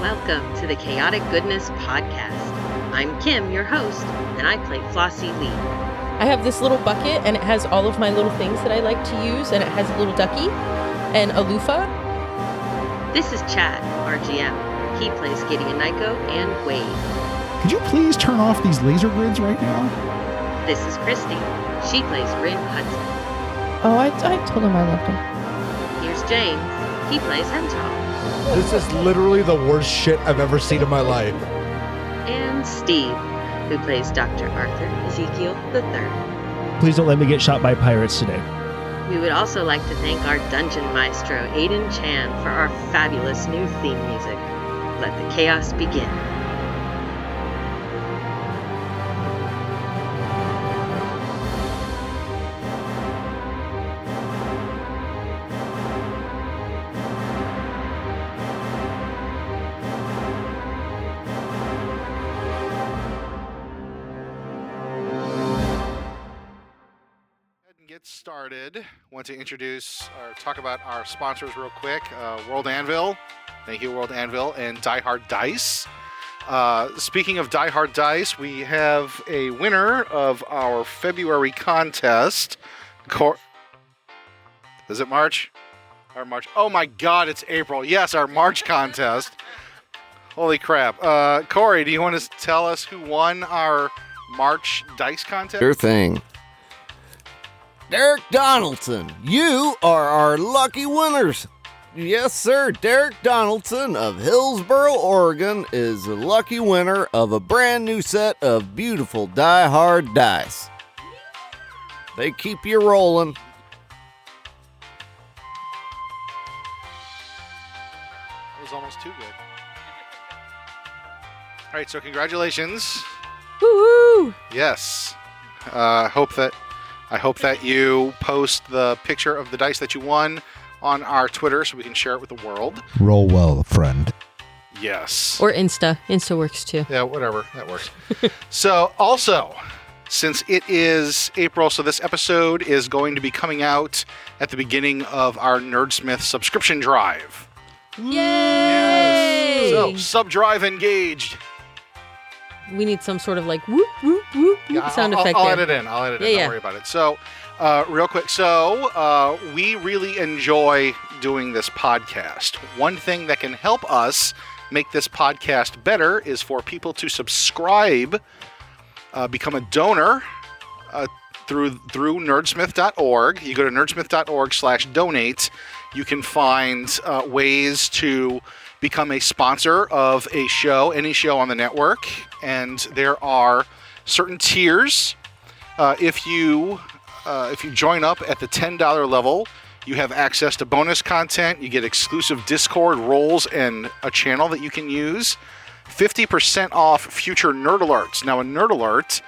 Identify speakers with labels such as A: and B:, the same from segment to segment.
A: Welcome to the Chaotic Goodness Podcast. I'm Kim, your host, and I play Flossie Lee.
B: I have this little bucket and it has all of my little things that I like to use and it has a little ducky and a loofah.
A: This is Chad, our GM. He plays Gideon Nyko and Wade.
C: Could you please turn off these laser grids right now?
A: This is Christy. She plays Rin Hudson.
B: Oh, I, I told him I loved him.
A: Here's James. He plays Hemtall.
D: This is literally the worst shit I've ever seen in my life.
A: And Steve, who plays Dr. Arthur Ezekiel III.
E: Please don't let me get shot by pirates today.
A: We would also like to thank our dungeon maestro, Aidan Chan, for our fabulous new theme music. Let the chaos begin.
F: ahead and get started. Want to introduce or talk about our sponsors real quick uh, World Anvil. Thank you, World Anvil, and Die Hard Dice. Uh, speaking of Die Hard Dice, we have a winner of our February contest. Cor- Is it March? Our March. Oh my God, it's April. Yes, our March contest. Holy crap. Uh, Corey, do you want to tell us who won our March dice contest?
G: Sure thing. Derek Donaldson, you are our lucky winners. Yes, sir. Derek Donaldson of Hillsboro, Oregon is the lucky winner of a brand new set of beautiful Die Hard dice. They keep you rolling.
F: It was almost too good. All right, so congratulations.
B: Woo!
F: Yes. Uh, hope that I hope that you post the picture of the dice that you won on our Twitter so we can share it with the world.
D: Roll well, friend.
F: Yes.
B: Or Insta. Insta works too.
F: yeah, whatever. That works. so, also, since it is April, so this episode is going to be coming out at the beginning of our Nerdsmith subscription drive.
B: Yay!
F: So, sub drive engaged.
B: we need some sort of like whoop whoop whoop, whoop
F: Yeah,
B: sound
F: I'll,
B: effect
F: I'll,
B: there.
F: I'll edit in. I'll edit
B: Yeah,
F: in.
B: yeah.
F: Don't worry about it. So, uh, real quick. So, uh, we really enjoy doing this podcast. One thing that can help us make this podcast better is for people to subscribe, uh, become a donor uh, through through nerdsmith.org. You go to nerdsmith.org/donate. You can find uh, ways to become a sponsor of a show, any show on the network, and there are certain tiers. Uh, if you uh, if you join up at the ten dollar level, you have access to bonus content. You get exclusive Discord roles and a channel that you can use. 50% off future nerd alerts. Now, a nerd alert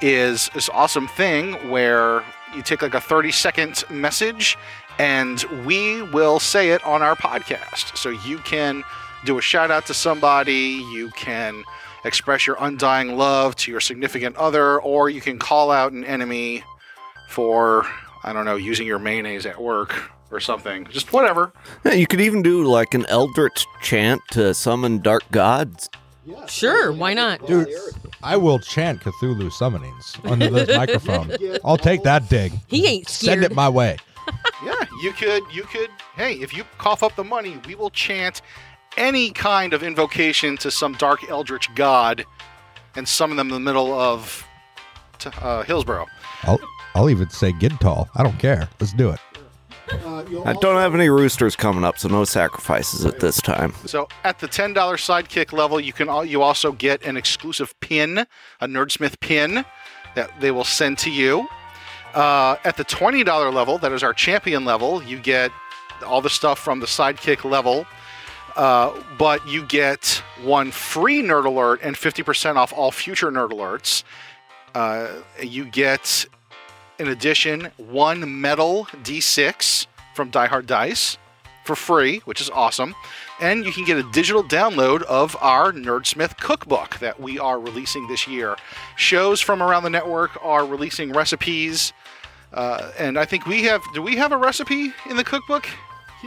F: is this awesome thing where you take like a 30 second message and we will say it on our podcast. So you can do a shout out to somebody, you can express your undying love to your significant other, or you can call out an enemy for, I don't know, using your mayonnaise at work or something. Just whatever.
G: Yeah, You could even do like an eldritch chant to summon dark gods.
B: Sure, why not?
D: Dude,
H: I will chant Cthulhu summonings under this microphone. I'll take that dig.
B: He ain't
H: Send
B: scared.
H: it my way.
F: Yeah, you could, you could. Hey, if you cough up the money, we will chant any kind of invocation to some dark eldritch god and summon them in the middle of t- uh, Hillsboro.
H: I'll, I'll even say Gidtall. I don't care. Let's do it.
G: I don't have any roosters coming up, so no sacrifices at this time.
F: So at the ten dollar sidekick level, you can all, you also get an exclusive pin, a Nerdsmith pin that they will send to you. Uh, at the twenty dollar level, that is our champion level, you get all the stuff from the sidekick level. Uh, but you get one free nerd alert and 50% off all future nerd alerts. Uh, you get, in addition, one metal D6 from Die Hard Dice for free, which is awesome. And you can get a digital download of our Nerdsmith cookbook that we are releasing this year. Shows from around the network are releasing recipes Uh, and I think we have. Do we have a recipe in the cookbook?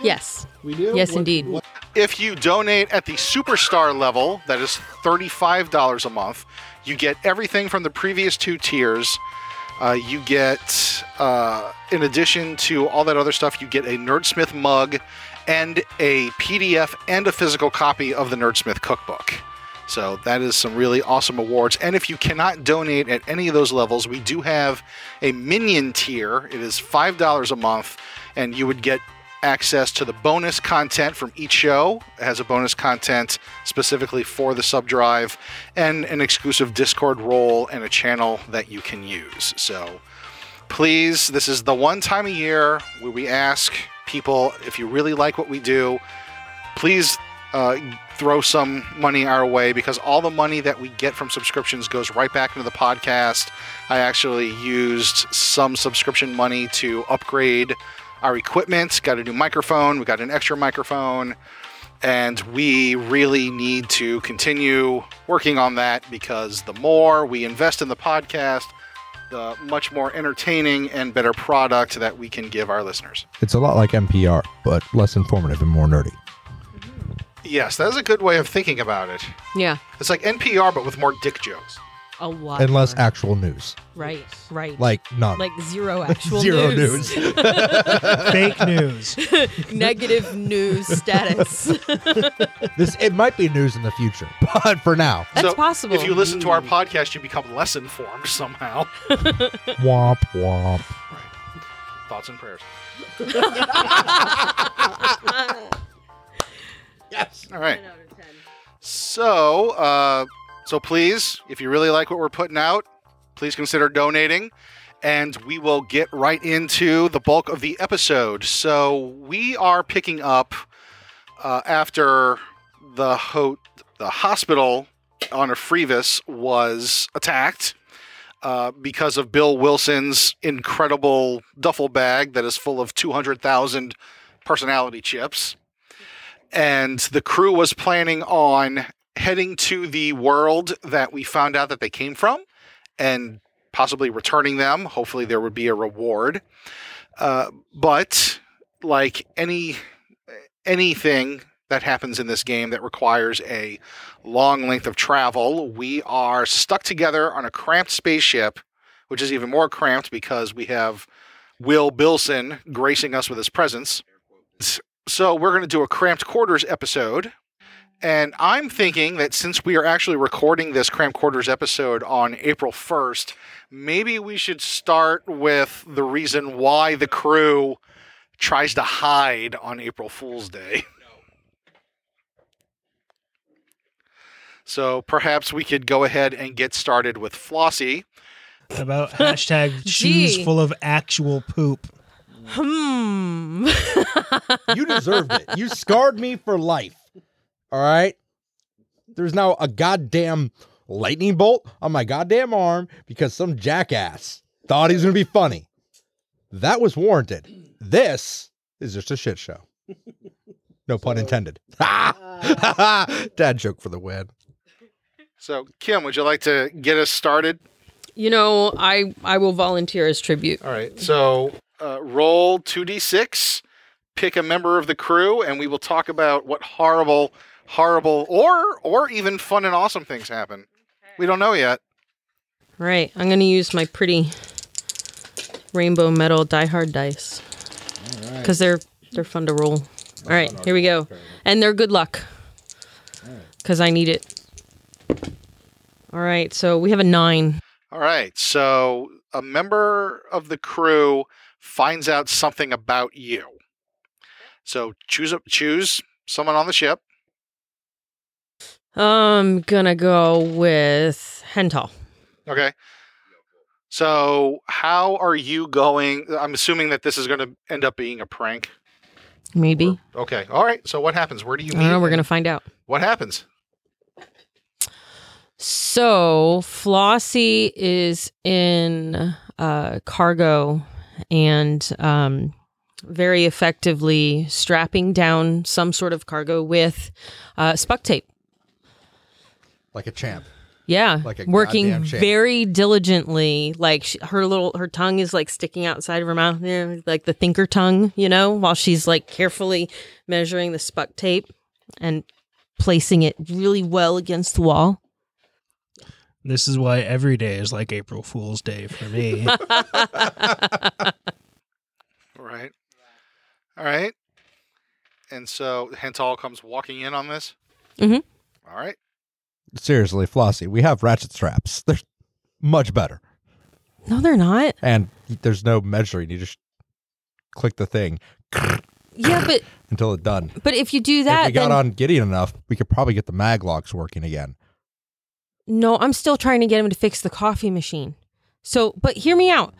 B: Yes.
C: We do.
B: Yes, indeed.
F: If you donate at the superstar level, that is $35 a month, you get everything from the previous two tiers. Uh, you get, uh, in addition to all that other stuff, you get a Nerdsmith mug and a PDF and a physical copy of the Nerdsmith cookbook. So that is some really awesome awards. And if you cannot donate at any of those levels, we do have a minion tier. It is $5 a month, and you would get access to the bonus content from each show. It has a bonus content specifically for the sub drive and an exclusive Discord role and a channel that you can use. So please, this is the one time a year where we ask people if you really like what we do, please uh, throw some money our way because all the money that we get from subscriptions goes right back into the podcast. I actually used some subscription money to upgrade our equipment, got a new microphone, we got an extra microphone, and we really need to continue working on that because the more we invest in the podcast, the much more entertaining and better product that we can give our listeners.
H: It's a lot like NPR, but less informative and more nerdy.
F: Yes, that is a good way of thinking about it.
B: Yeah.
F: It's like NPR, but with more dick jokes.
B: A lot.
H: And less
B: more.
H: actual news.
B: Right. Right.
H: Like none.
B: Like zero actual
H: Zero
B: news.
H: news.
E: Fake news.
B: Negative news status.
H: this it might be news in the future, but for now.
B: That's
F: so
B: possible.
F: If you listen to our podcast, you become less informed somehow.
H: womp womp.
F: Thoughts and prayers. yes. All right. So, uh, so please, if you really like what we're putting out, please consider donating, and we will get right into the bulk of the episode. So we are picking up uh, after the ho- the hospital on a Frevis was attacked uh, because of Bill Wilson's incredible duffel bag that is full of 200,000 personality chips. And the crew was planning on heading to the world that we found out that they came from and possibly returning them. Hopefully, there would be a reward. Uh, but like any anything that happens in this game that requires a long length of travel. We are stuck together on a cramped spaceship, which is even more cramped because we have Will Bilson gracing us with his presence. So we're going to do a cramped quarters episode. And I'm thinking that since we are actually recording this cramped quarters episode on April 1st, maybe we should start with the reason why the crew tries to hide on April Fool's Day. So perhaps we could go ahead and get started with Flossie.
E: About hashtag shoes
B: Gee.
E: full of actual poop.
B: Hmm.
H: You deserved it. You scarred me for life. All right. There's now a goddamn lightning bolt on my goddamn arm because some jackass thought he was going to be funny. That was warranted. This is just a shit show. No pun intended. Ha! Dad joke for the win.
F: So Kim, would you like to get us started?
B: You know, I I will volunteer as tribute.
F: All right. So uh, roll two d six, pick a member of the crew, and we will talk about what horrible, horrible, or or even fun and awesome things happen. We don't know yet.
B: Right. I'm gonna use my pretty rainbow metal die hard dice because they're they're fun to roll. All right, here we go, and they're good luck because I need it. All right, so we have a nine.
F: All right. So a member of the crew finds out something about you. So choose a, choose someone on the ship.
B: I'm gonna go with Hental.
F: Okay. So, how are you going? I'm assuming that this is going to end up being a prank.
B: Maybe
F: Okay. All right. So, what happens? Where do you
B: I
F: meet?
B: don't know. We're gonna find out.
F: What happens?
B: So Flossie is in uh, cargo and um, very effectively strapping down some sort of cargo with uh, spuck tape.
H: Like a champ.
B: Yeah,
D: Like a
B: working
D: goddamn champ.
B: very diligently. Like she, her little her tongue is like sticking outside of her mouth, yeah, like the thinker tongue, you know, while she's like carefully measuring the spuck tape and placing it really well against the wall.
E: This is why every day is like April Fool's Day for me.
F: Right. All right. And so Hental comes walking in on this.
H: Mm-hmm.
B: Mhm.
F: All right.
H: Seriously, Flossie, we have ratchet straps. They're much better.
B: No, they're not.
H: And there's no measuring. You just click the thing
B: Yeah, but
H: until it's done.
B: but if you do
H: if
B: that,
H: we got
B: then
H: on Gideon enough, we could probably get the mag locks working again.
B: No, I'm still trying to get him to fix the coffee machine. So, but hear me out.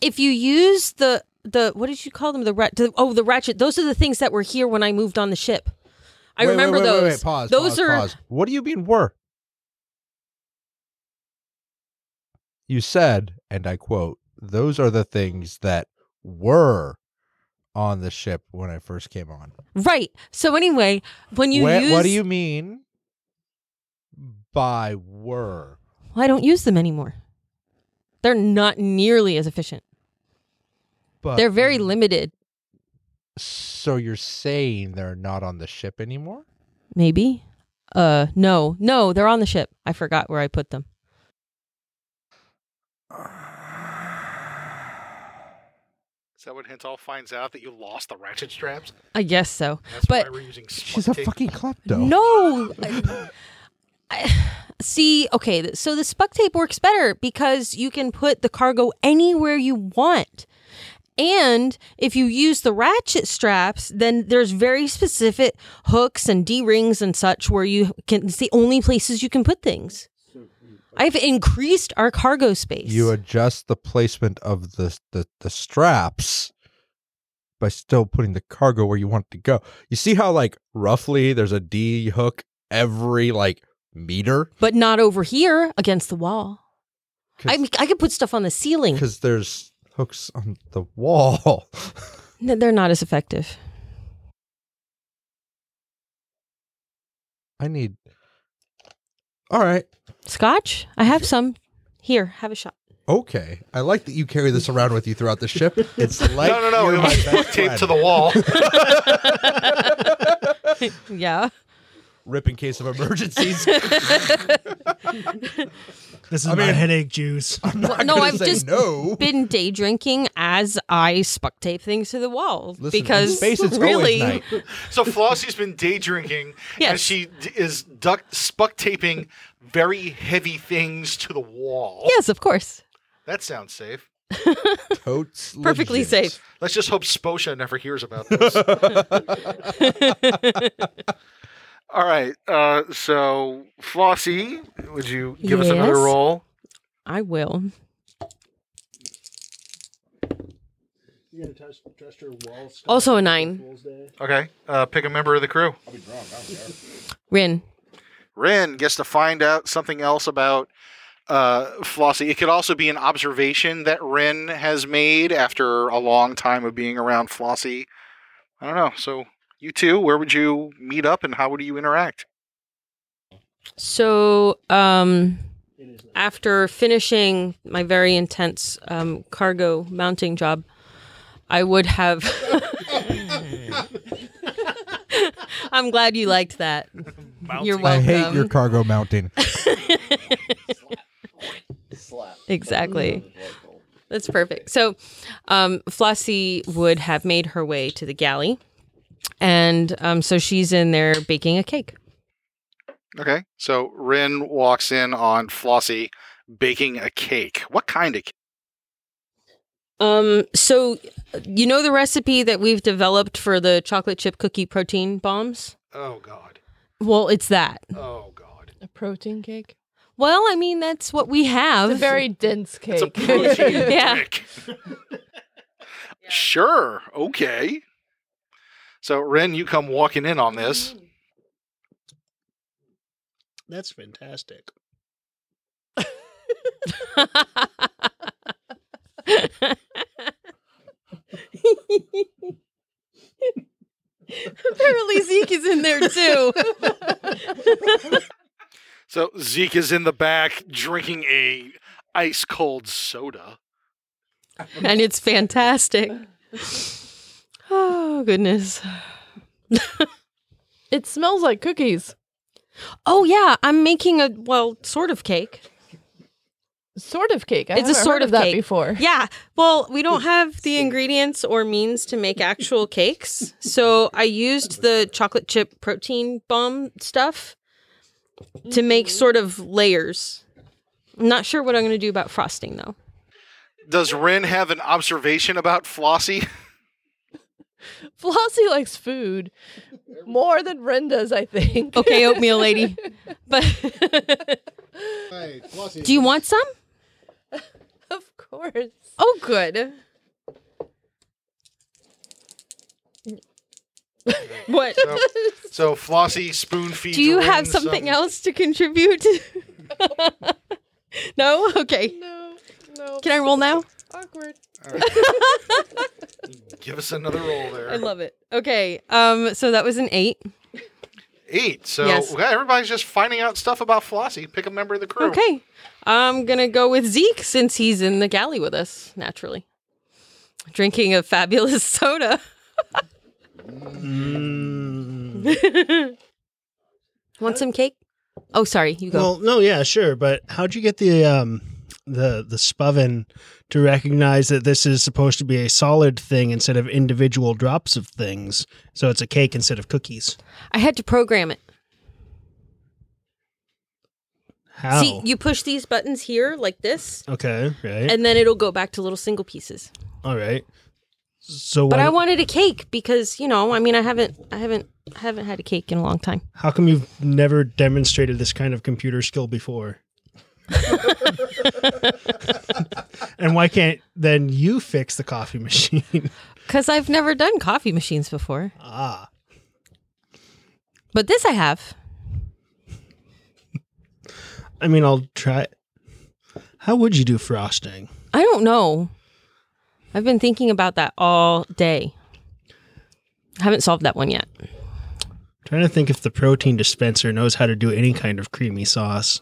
B: If you use the the what did you call them? The rat? the- oh, the ratchet. Those are the things that were here when I moved on the ship. I
H: Wait, wait,
B: remember
H: wait, wait,
B: those.
H: Wait, Pause.
B: those
H: pause,
B: are
H: pause. What do you mean were? You said, and I quote, "Those are the things that were on the ship when I first came on."
B: right. So anyway, when you
H: Wha-
B: use,
H: What do you mean by were?
B: Well, I don't use them anymore. They're not nearly as efficient.
H: But
B: They're very limited.
H: So you're saying they're not on the ship anymore?
B: Maybe. Uh, no, no, they're on the ship. I forgot where I put them.
F: Is that when Hental finds out that you lost the ratchet straps?
B: I guess so.
F: That's
B: But-
F: why we're using
H: She's
F: She's
H: a fucking klepto.
B: No. Oh, I- I- see, okay, th- so the spuck tape works better because you can put the cargo anywhere you want. And if you use the ratchet straps, then there's very specific hooks and D rings and such where you can, it's the only places you can put things. I've increased our cargo space.
H: You adjust the placement of the, the the straps by still putting the cargo where you want it to go. You see how like roughly there's a D hook every like meter
B: but not over here against the wall. I, mean, I could put stuff on the ceiling.
H: because there's hooks on the wall.
B: No, They're not as effective.
H: I need. All right,
B: Scotch? I have some. Here, have a shot.
H: okay. I like that you carry this around with you throughout the ship. It's like
F: no, no, no.
H: you're
F: It
H: my
F: was
H: best
F: taped to
H: friend.
F: the wall.
B: Yeah.
H: Rip in case of emergencies.
E: This is
H: I
E: my
H: mean-
E: headache juice.
H: I'm not
B: no,
H: gonna
B: I've
H: say
B: just
H: no.
B: been day drinking as I spuck tape things to the wall
H: Listen, in
B: because
H: space, it's always
B: really,
H: night.
F: So Flossie's been day drinking, and
B: Yes.
F: she d- is duct spuck taping very heavy things to the wall.
B: yes, of course,
F: That sounds safe.
H: Totes
B: perfectly
H: legit.
B: safe.
F: Let's just hope Sposha never hears about this. All right. Uh, so Flossie, would you give us another
B: Yes.
F: roll?
B: I will. Also a nine.
F: Okay. Uh, pick a member of the crew.
B: Rin.
F: Ren gets to find out something else about uh, Flossie. It could also be an observation that Ren has made after a long time of being around Flossie. I don't know. So, you two, where would you meet up and how would you interact?
B: So, um, after finishing my very intense um, cargo mounting job, I would have. I'm glad you liked that. You're welcome.
H: I hate your cargo mounting.
B: Exactly. That's perfect. So, um, Flossie would have made her way to the galley. And um, so she's in there baking a cake.
F: Okay. So, Ren walks in on Flossie baking a cake. What kind of cake?
B: Um, so, you know the recipe that we've developed for the chocolate chip cookie protein bombs?
F: Oh, God.
B: Well, it's that.
F: Oh, God.
I: A protein cake.
B: Well, I mean, that's what we
I: It's a
B: have.
I: very dense
F: It's a
I: cake.
F: protein
B: Yeah.
F: drink. sure. Okay. So, Ren, you come walking in on this.
E: That's fantastic.
B: Apparently, Zeke is in there too.
F: So Zeke is in the back drinking a ice cold soda.
B: and it's fantastic. Oh goodness.
I: It smells like cookies.
B: Oh yeah, I'm making a well, sort of cake.
I: Sort of cake. I
B: It's a
I: haven't
B: sort
I: heard
B: of
I: of that
B: cake.
I: before.
B: Yeah. Well, we don't have the ingredients or means to make actual cakes. So I used the chocolate chip protein bomb stuff to make sort of layers. I'm not sure what I'm going to do about frosting though.
F: Does Rin have an observation about Flossie?
I: Flossie likes food more than Ren does, I think.
B: Okay, oatmeal lady. But do you want some?
I: of course.
B: Oh, good. What?
F: So Flossie spoon feeds.
B: Do you
F: Rin
B: have something
F: some-
B: else to contribute? no? Okay.
I: No, no.
B: Can I roll now?
I: Awkward.
F: Give us another roll there.
B: I love it. Okay. Um so that was an 8.
F: Eight. So
B: Yes.
F: okay, everybody's just finding out stuff about Flossie. Pick a member of the crew.
B: Okay. I'm going to go with Zeke since he's in the galley with us, naturally. Drinking a fabulous soda. Want some cake? Oh, sorry. You go.
E: Well, no, yeah, sure, but how'd you get the um the the spuvin to recognize that this is supposed to be a solid thing instead of individual drops of things? So it's a cake instead of cookies.
B: I had to program it.
E: How?
B: See, you push these buttons here like this,
E: okay, right.
B: and then it'll go back to little single pieces.
E: All right. So
B: But
E: why-
B: I wanted a cake because you know, I mean, I haven't, I haven't, I haven't had a cake in a long time.
E: how come you've never demonstrated this kind of computer skill before? and why can't then you fix the coffee machine?
B: Because I've never done coffee machines before.
E: ah.
B: But this I have.
E: I mean, I'll try. How would you do frosting?
B: I don't know. I've been thinking about that all day. I haven't solved that one yet.
E: trying to think if the protein dispenser knows how to do any kind of creamy sauce.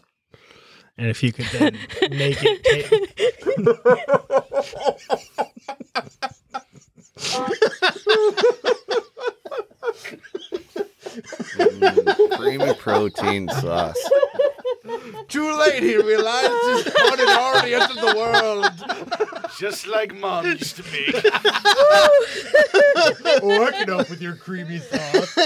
E: And if you could then make it. ta-
G: Mm, creamy protein sauce.
H: Too late, he realized his pointed already entered the world.
F: Just like mom used to make.
H: Working up with your creamy sauce.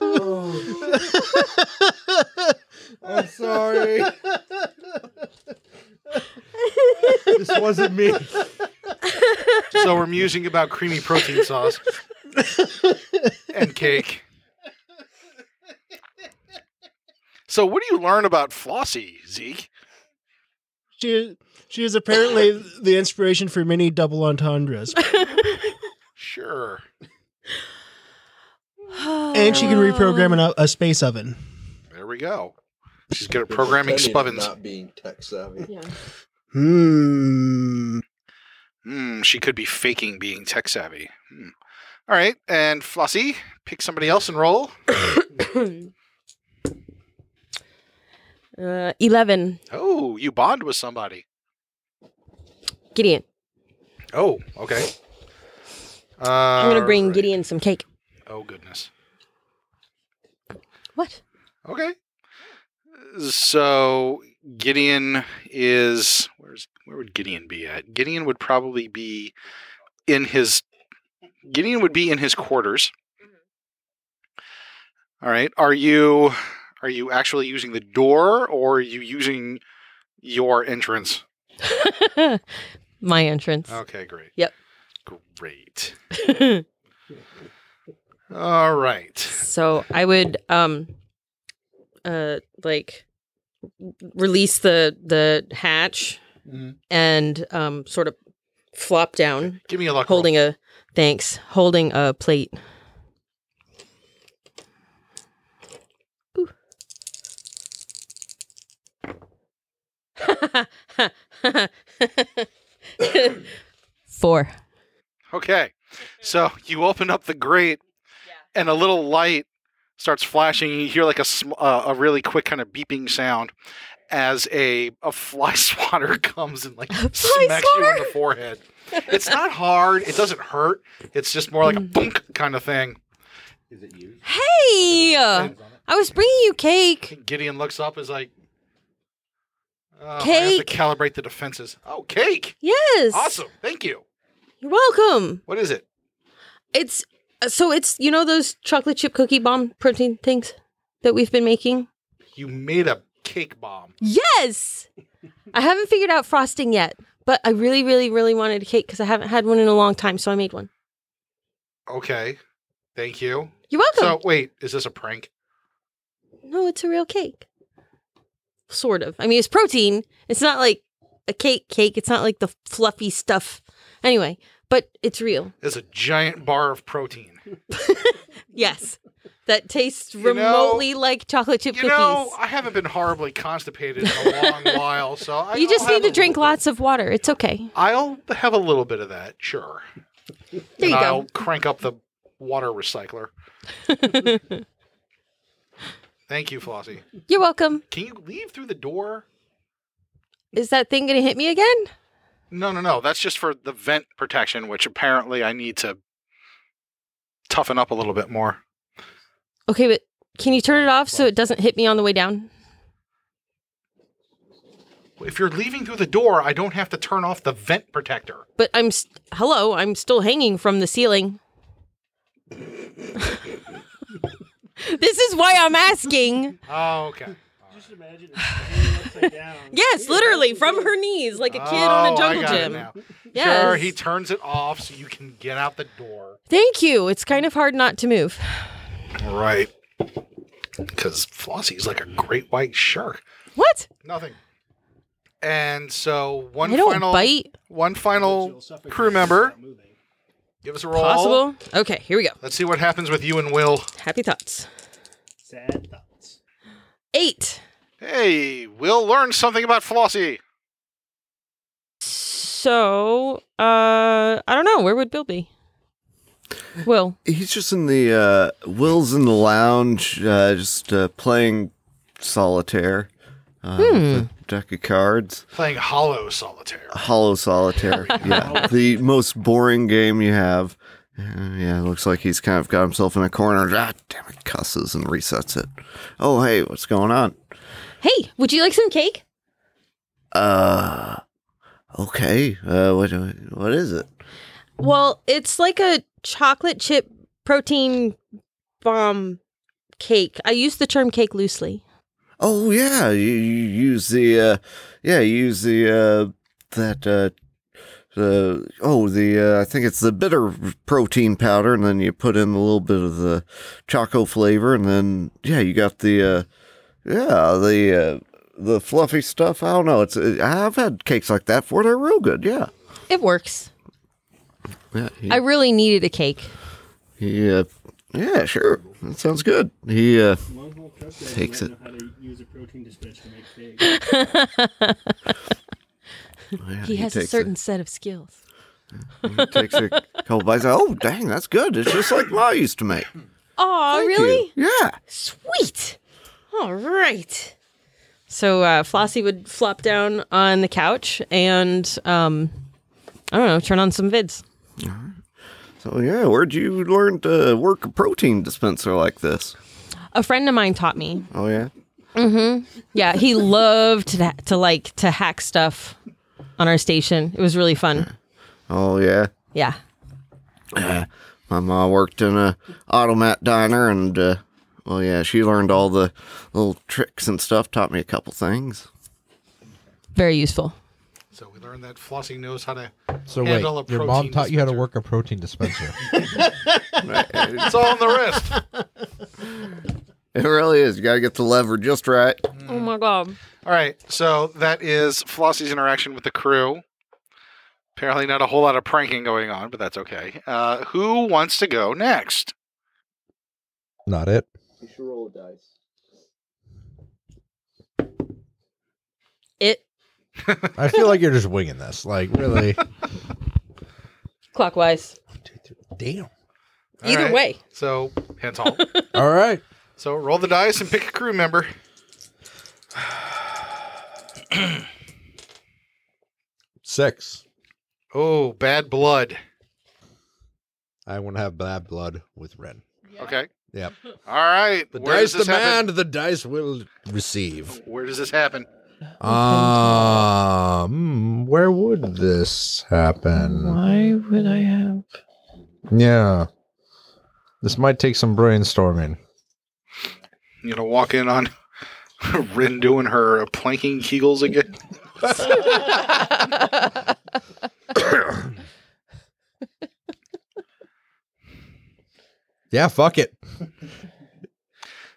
H: Oh, I'm sorry. this wasn't me.
F: so we're musing about creamy protein sauce and cake. So what do you learn about Flossie, Zeke?
E: she, she is apparently the inspiration for many double entendres.
F: Sure.
E: And she can reprogram an, a space oven.
F: There we go. She's good at programming spuvins.
J: being tech savvy.
E: Hmm.
F: Hmm, she could be faking being tech savvy. Hmm. All right, and Flossie, pick somebody else and roll.
B: Uh, Eleven.
F: Oh, you bond with somebody.
B: Gideon.
F: Oh, okay.
B: I'm gonna bring
F: Alright.
B: Gideon some cake.
F: Oh goodness.
B: What?
F: Okay. So Gideon is where's where would Gideon be at? Gideon would probably be in his Gideon would be in his quarters. All right. Are you are you actually using the door or are you using your entrance?
B: My entrance.
F: Okay, great.
B: Yep.
F: Great. All right.
B: So Oh, I would um uh like release the the hatch and um sort of flop down
F: Give me a luck. roll.
B: holding a thanks holding a plate. Ooh. Four.
F: Okay. So you open up the grate, and a little light starts flashing. You hear like a sm- uh, a really quick kind of beeping sound as a a fly swatter comes and like smacks you in the forehead. It's not hard. It doesn't hurt. It's just more like a
B: Mm.
F: boom kind of thing.
B: Hey, uh, I was bringing you cake.
F: Gideon looks up, is like, oh, I have
B: Cake.
F: to calibrate the defenses. Oh, cake!
B: Yes.
F: Awesome. Thank you.
B: You're welcome.
F: What is it?
B: It's uh, so it's you know those chocolate chip cookie bomb protein things that we've been making.
F: You made a cake bomb.
B: Yes. I haven't figured out frosting yet, but I really, really, really wanted a cake because I haven't had one in a long time, so I made one.
F: Okay. Thank you.
B: You're
F: So
B: welcome.
F: wait, is this a prank?
B: no, it's a real cake. Sort of. I mean, it's protein. It's not like a cake cake. It's not like the fluffy stuff. Anyway, but it's real.
F: It's a giant bar of protein.
B: Yes. That tastes
F: know-
B: remotely like chocolate chip
F: You
B: cookies.
F: know, I haven't been horribly constipated in a long while, so I,
B: you just
F: I'll have
B: need to
F: a
B: drink
F: little
B: lots of water. It's okay.
F: bit. I'll have a little bit of that, sure.
B: There
F: and
B: you
F: I'll
B: go.
F: crank up the water recycler. Thank you, Flossie.
B: You're welcome.
F: Can you leave through the door?
B: Is that thing going to hit me again?
F: No, no, no. That's just for the vent protection, which apparently I need to toughen up a little bit more.
B: Okay, but can you turn it off so it doesn't hit me on the way down?
F: If you're leaving through the door, I don't have to turn off the vent protector.
B: But I'm st- hello, I'm still hanging from the ceiling. this is why I'm asking.
F: Oh, okay.
E: Just imagine it's hanging upside down.
B: Yes, literally from her knees like a kid on
F: Oh,
B: a
F: I
B: jungle
F: got it
B: gym.
F: now.
B: Yes.
F: Sure, he turns it off so you can get out the door.
B: Thank you. It's kind of hard not to move.
F: Right. Because Flossie's like a great white shark.
B: What?
F: Nothing. And so one
B: I don't
F: final
B: bite.
F: one final crew member. Give us a roll.
B: Possible? Okay, here we go.
F: Let's see what happens with you and Will.
B: Happy thoughts.
E: Sad thoughts.
B: 8.
F: Hey, Will learn something about Flossie.
B: So, uh I don't know, where would Bill be? Will.
G: He's just in the uh, Will's in the lounge, uh, just uh, playing solitaire, uh, with a deck of cards,
F: Playing Hollow Solitaire.
G: hollow solitaire. yeah, the most boring game you have. Uh, yeah, looks like he's kind of got himself in a corner. Ah, damn it, cusses and resets it. Oh, hey, what's going on?
B: Hey, would you like some cake?
G: Uh, okay. Uh, what what is it?
B: Well, it's like a chocolate chip protein bomb cake. I use the term cake loosely.
G: Oh yeah, you, you use the uh, yeah, you use the uh, that uh, the oh the uh, I think it's the bitter protein powder, and then you put in a little bit of the choco flavor, and then yeah, you got the uh, yeah the uh, the fluffy stuff. I don't know. It's uh, I've had cakes like that before. They're real good. Yeah.
B: It works.
G: Yeah, he,
B: I really needed a cake.
G: he, uh, yeah, sure. That sounds good. He uh, takes it.
E: How to use a protein dispenser to make cake.
G: Yeah,
B: He has a
G: takes it.
B: certain set of skills.
G: He takes a couple bites. Oh, dang, that's good. It's just like Ma used to make.
B: Oh, really?
G: Yeah.
B: Sweet. All right. So uh, Flossie would flop down on the couch and um, I don't know, turn on some vids.
G: So, yeah, where'd you learn to work a protein dispenser like this?
B: A friend of mine taught me.
G: Oh, yeah.
B: Yeah, he loved to, to like to hack stuff on our station. It was really fun.
G: Oh, yeah.
B: Yeah.
G: My mom worked in a automat diner, and, uh, well, yeah, she learned all the little tricks and stuff, taught me a couple things.
B: Very useful.
F: So we learned that Flossie knows how to.
H: So wait,
F: Handle a
H: your mom
F: protein
H: taught you how to
F: dispenser.
H: work a protein dispenser.
F: It's all on the wrist.
G: It really is. You got to get the lever just right.
B: Oh my god.
F: All right, so that is Flossie's interaction with the crew. Apparently, not a whole lot of pranking going on, but that's okay. Uh, who wants to go next?
H: Not it.
B: It
H: I feel like you're just winging this. Like really.
B: Clockwise.
H: Damn.
F: All
B: Either
F: right.
B: way.
F: So hands on.
H: All right.
F: so roll the dice and pick a crew member.
H: Six.
F: Oh, bad blood.
H: I want to have bad blood with Ren.
F: Okay.
H: Yep.
F: All right.
H: The
F: Where
H: dice
F: does this happen?
H: demand, the dice will receive.
F: Where does this happen?
H: Um, where would this happen?
I: Why would I have?
H: Yeah. This might take some brainstorming.
F: You know, walk in on Rin doing her planking kegels again.
H: Yeah, fuck it.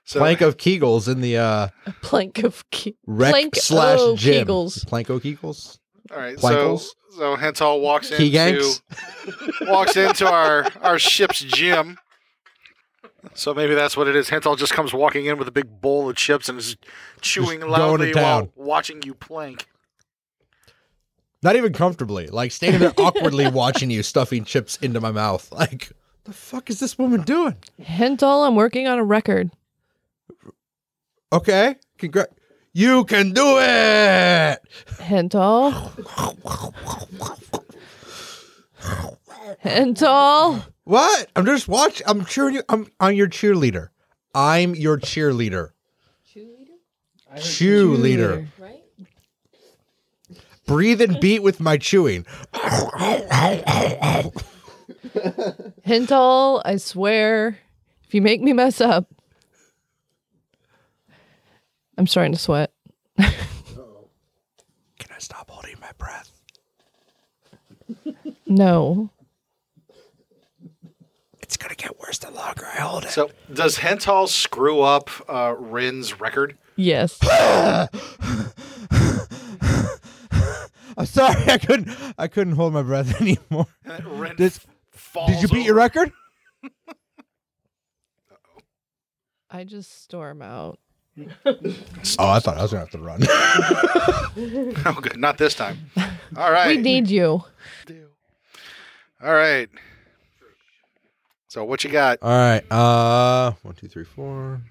F: So
H: Plank of Kegels in the uh
I: A plank of key.
H: rec
I: Plank
H: slash
I: o'
H: gym.
I: Kegels.
H: Plank o' Kegels.
F: all right.
H: Plankles?
F: So so Hental walks into
H: Keganks.
F: walks into our our ship's gym. So maybe that's what it is. Hental just comes walking in with a big bowl of chips and is chewing
H: Just going to
F: loudly while
H: town.
F: watching you plank.
H: Not even comfortably. Like standing there awkwardly watching you stuffing chips into my mouth. Like, the fuck is this woman doing?
I: Hental, I'm working on a record.
H: Okay. Congrat You can do it.
I: Hental. Hental.
H: What? I'm just watch I'm cheering you I'm I'm your cheerleader. I'm your cheerleader. Cheerleader? Cheerleader.
B: Right?
H: Breathe and beat with my chewing.
I: Hental, I swear, if you make me mess up, I'm starting to sweat.
H: Can I stop holding my breath?
I: No.
H: It's gonna get worse the longer I hold it.
F: So does Hental screw up uh, Rin's record?
I: Yes.
H: I'm sorry, I couldn't I couldn't hold my breath anymore.
F: Rin
H: Did-
F: falls
H: Did you beat your
F: over.
H: record?
I: I just storm out.
H: Oh, I thought I was gonna have to run.
F: Oh, good. Not this time. All right.
I: We need you.
F: All right. So what you got?
H: All right. Uh one, two, three, four.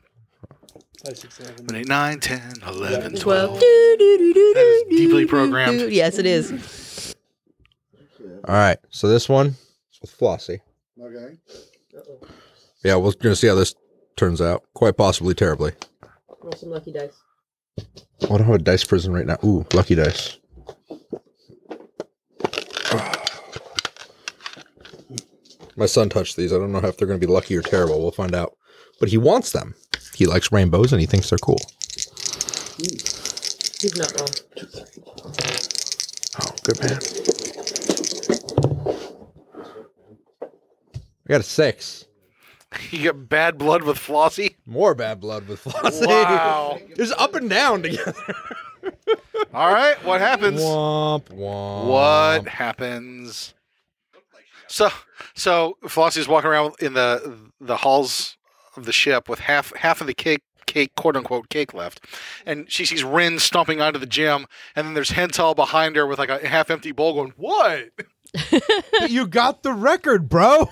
F: 7, 8, 9, 10, 11,
B: 12.
F: 12.
B: Do, do, do, do,
F: That is
B: do,
F: deeply
B: do,
F: programmed.
B: do. Yes, it is.
H: All right. So this one is with Flossie.
J: Okay.
H: Yeah, we're gonna see how this turns out. Quite possibly terribly.
B: Roll some lucky dice.
H: I don't have a dice prison right now. Ooh, lucky dice. My son touched these. I don't know if they're going to be lucky or terrible. We'll find out. But he wants them. He likes rainbows and he thinks they're cool.
B: He's not wrong.
H: Oh, good man. I got a six.
F: You get bad blood with Flossie?
H: More bad blood with Flossie.
F: Wow.
H: It's up and down together.
F: All right. What happens?
H: Womp, womp.
F: What happens? So, so Flossie's walking around in the the halls of the ship with half half of the cake cake quote unquote cake left, and she sees Rin stomping onto the gym, and then there's Hental behind her with like a half empty bowl going, "What?"
H: But You got the record, bro.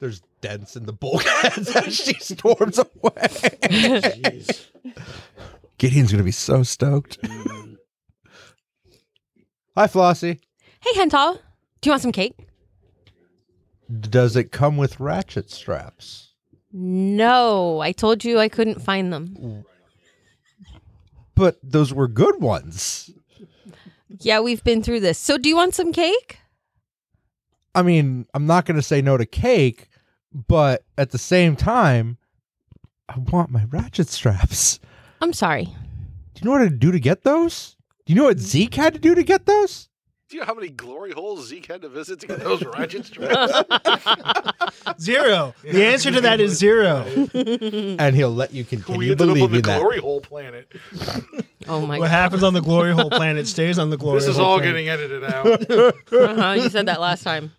H: There's dents in the bulkheads as she storms away. Gideon's gonna be so stoked. Hi, Flossie.
B: Hey, Hental. Do you want some cake?
H: Does it come with ratchet straps?
B: No, I told you I couldn't find them.
H: But those were good ones.
B: Yeah, we've been through this. So, do you want some cake?
H: I mean, I'm not gonna say no to cake, but at the same time, I want my ratchet straps.
B: I'm sorry.
H: Do you know what I had to do to get those? Do you know what Zeke had to do to get those?
F: Do you know how many glory holes Zeke had to visit to get those ratchet straps?
E: Zero. The answer to that is zero.
H: And he'll let you
F: we
H: continue
F: ended up on the
H: believing that.
F: glory hole planet.
B: Oh my
E: What happens on the glory hole planet stays on the glory
F: This is
E: hole
F: all
E: planet.
F: getting edited out.
B: god. Uh-huh, you said that last time.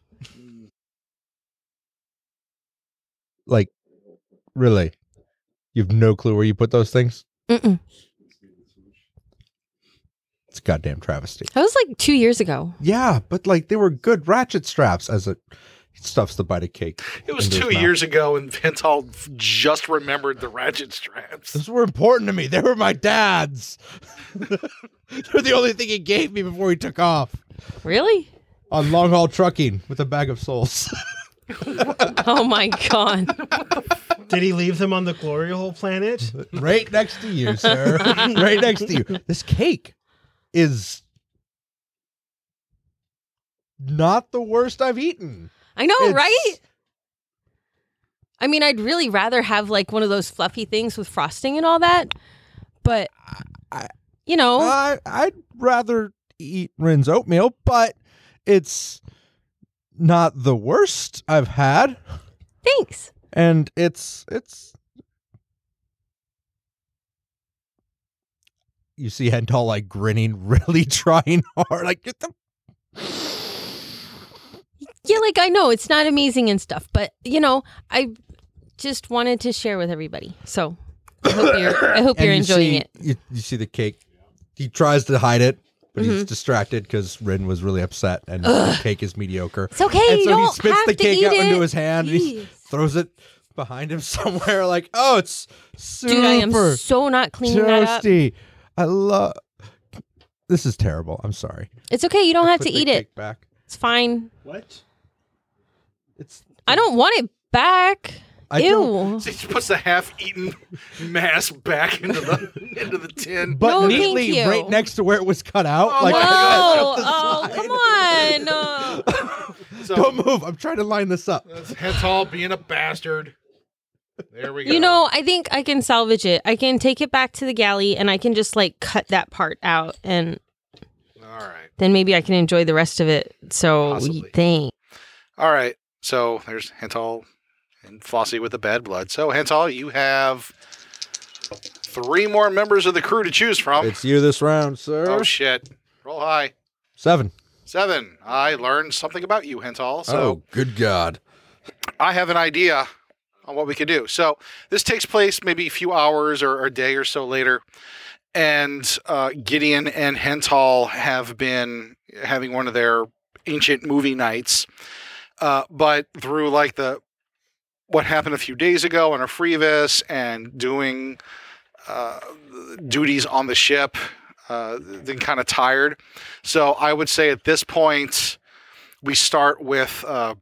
H: Like, really? You have no clue where you put those things.
B: Mm-mm.
H: It's a goddamn travesty.
B: That was like two years ago.
H: Yeah, but like they were good ratchet straps as it stuffs the bite of cake.
F: It was
H: into his
F: two
H: mouth.
F: years ago, and Vince Hall f- just remembered the ratchet straps.
H: Those were important to me. They were my dad's. They're the only thing he gave me before he took off
B: Really?
H: on long haul trucking with a bag of souls.
B: Oh my god.
E: Did he leave them on the glory hole planet?
H: right next to you, sir. right next to you. This cake is not the worst I've eaten.
B: I know,
H: It's-
B: Oh, right? I mean, I'd really rather have like one of those fluffy things with frosting and all that, but
H: I- Uh.
B: you know,
H: I, I'd rather eat Rin's oatmeal, but it's not the worst I've had,
B: thanks.
H: and it's it's. You see Hental like grinning, really trying hard, like get the.
B: Yeah, like I know it's not amazing and stuff, but you know, I just wanted to share with everybody. So I hope you're, I hope
H: And
B: you're
H: you
B: enjoying
H: see-
B: it.
H: You, you see the cake. He tries to hide it, but
B: Mm-hmm.
H: he's distracted because Rin was really upset, and the cake is mediocre.
B: It's okay.
H: and
B: you
H: so
B: don't
H: he spits
B: have
H: the
B: to
H: cake
B: eat
H: out
B: it.
H: into his hand and he
B: Jeez.
H: throws it behind him somewhere like oh it's super
B: Dude, I am so not cleaning that up.
H: toasty i love this is terrible i'm sorry
B: It's okay. You don't have
H: Put
B: to
H: the
B: eat it.
H: cake back
B: It's fine.
E: What?
H: it's
B: I don't want it back.
H: I
B: Ew.
H: don't-
F: So he puts the half-eaten mass back into the into the tin.
H: but
B: No, thank
H: neatly
B: you.
H: right next to where it was cut out
F: Oh
H: like
F: my
H: I
B: Whoa!
H: cut
B: Oh,
H: it up the
B: come
H: side.
B: on! No.
F: So
H: don't move i'm trying to line this up
F: that's Vince Hall being a bastard. There we go.
B: You know, I think I can salvage it. I can take it back to the galley, and I can just like cut that part out, and
F: All right.
B: then maybe I can enjoy the rest of it. So
F: Possibly.
B: thanks.
F: All right. So there's Hental and Flossie with the bad blood. So Hental, you have three more members of the crew to choose from.
H: it's you this round sir
F: oh shit! Roll high.
H: seven.
F: Seven. I learned something about you, Hental. So
H: Oh, good god
F: I have an idea on what we could do. So this takes place maybe a few hours or a day or so later, and uh, Gideon and Hental have been having one of their ancient movie nights, uh, but through like the what happened a few days ago on a Freevis and doing uh, duties on the ship, uh, then kind of tired. So I would say at this point we start with. Uh,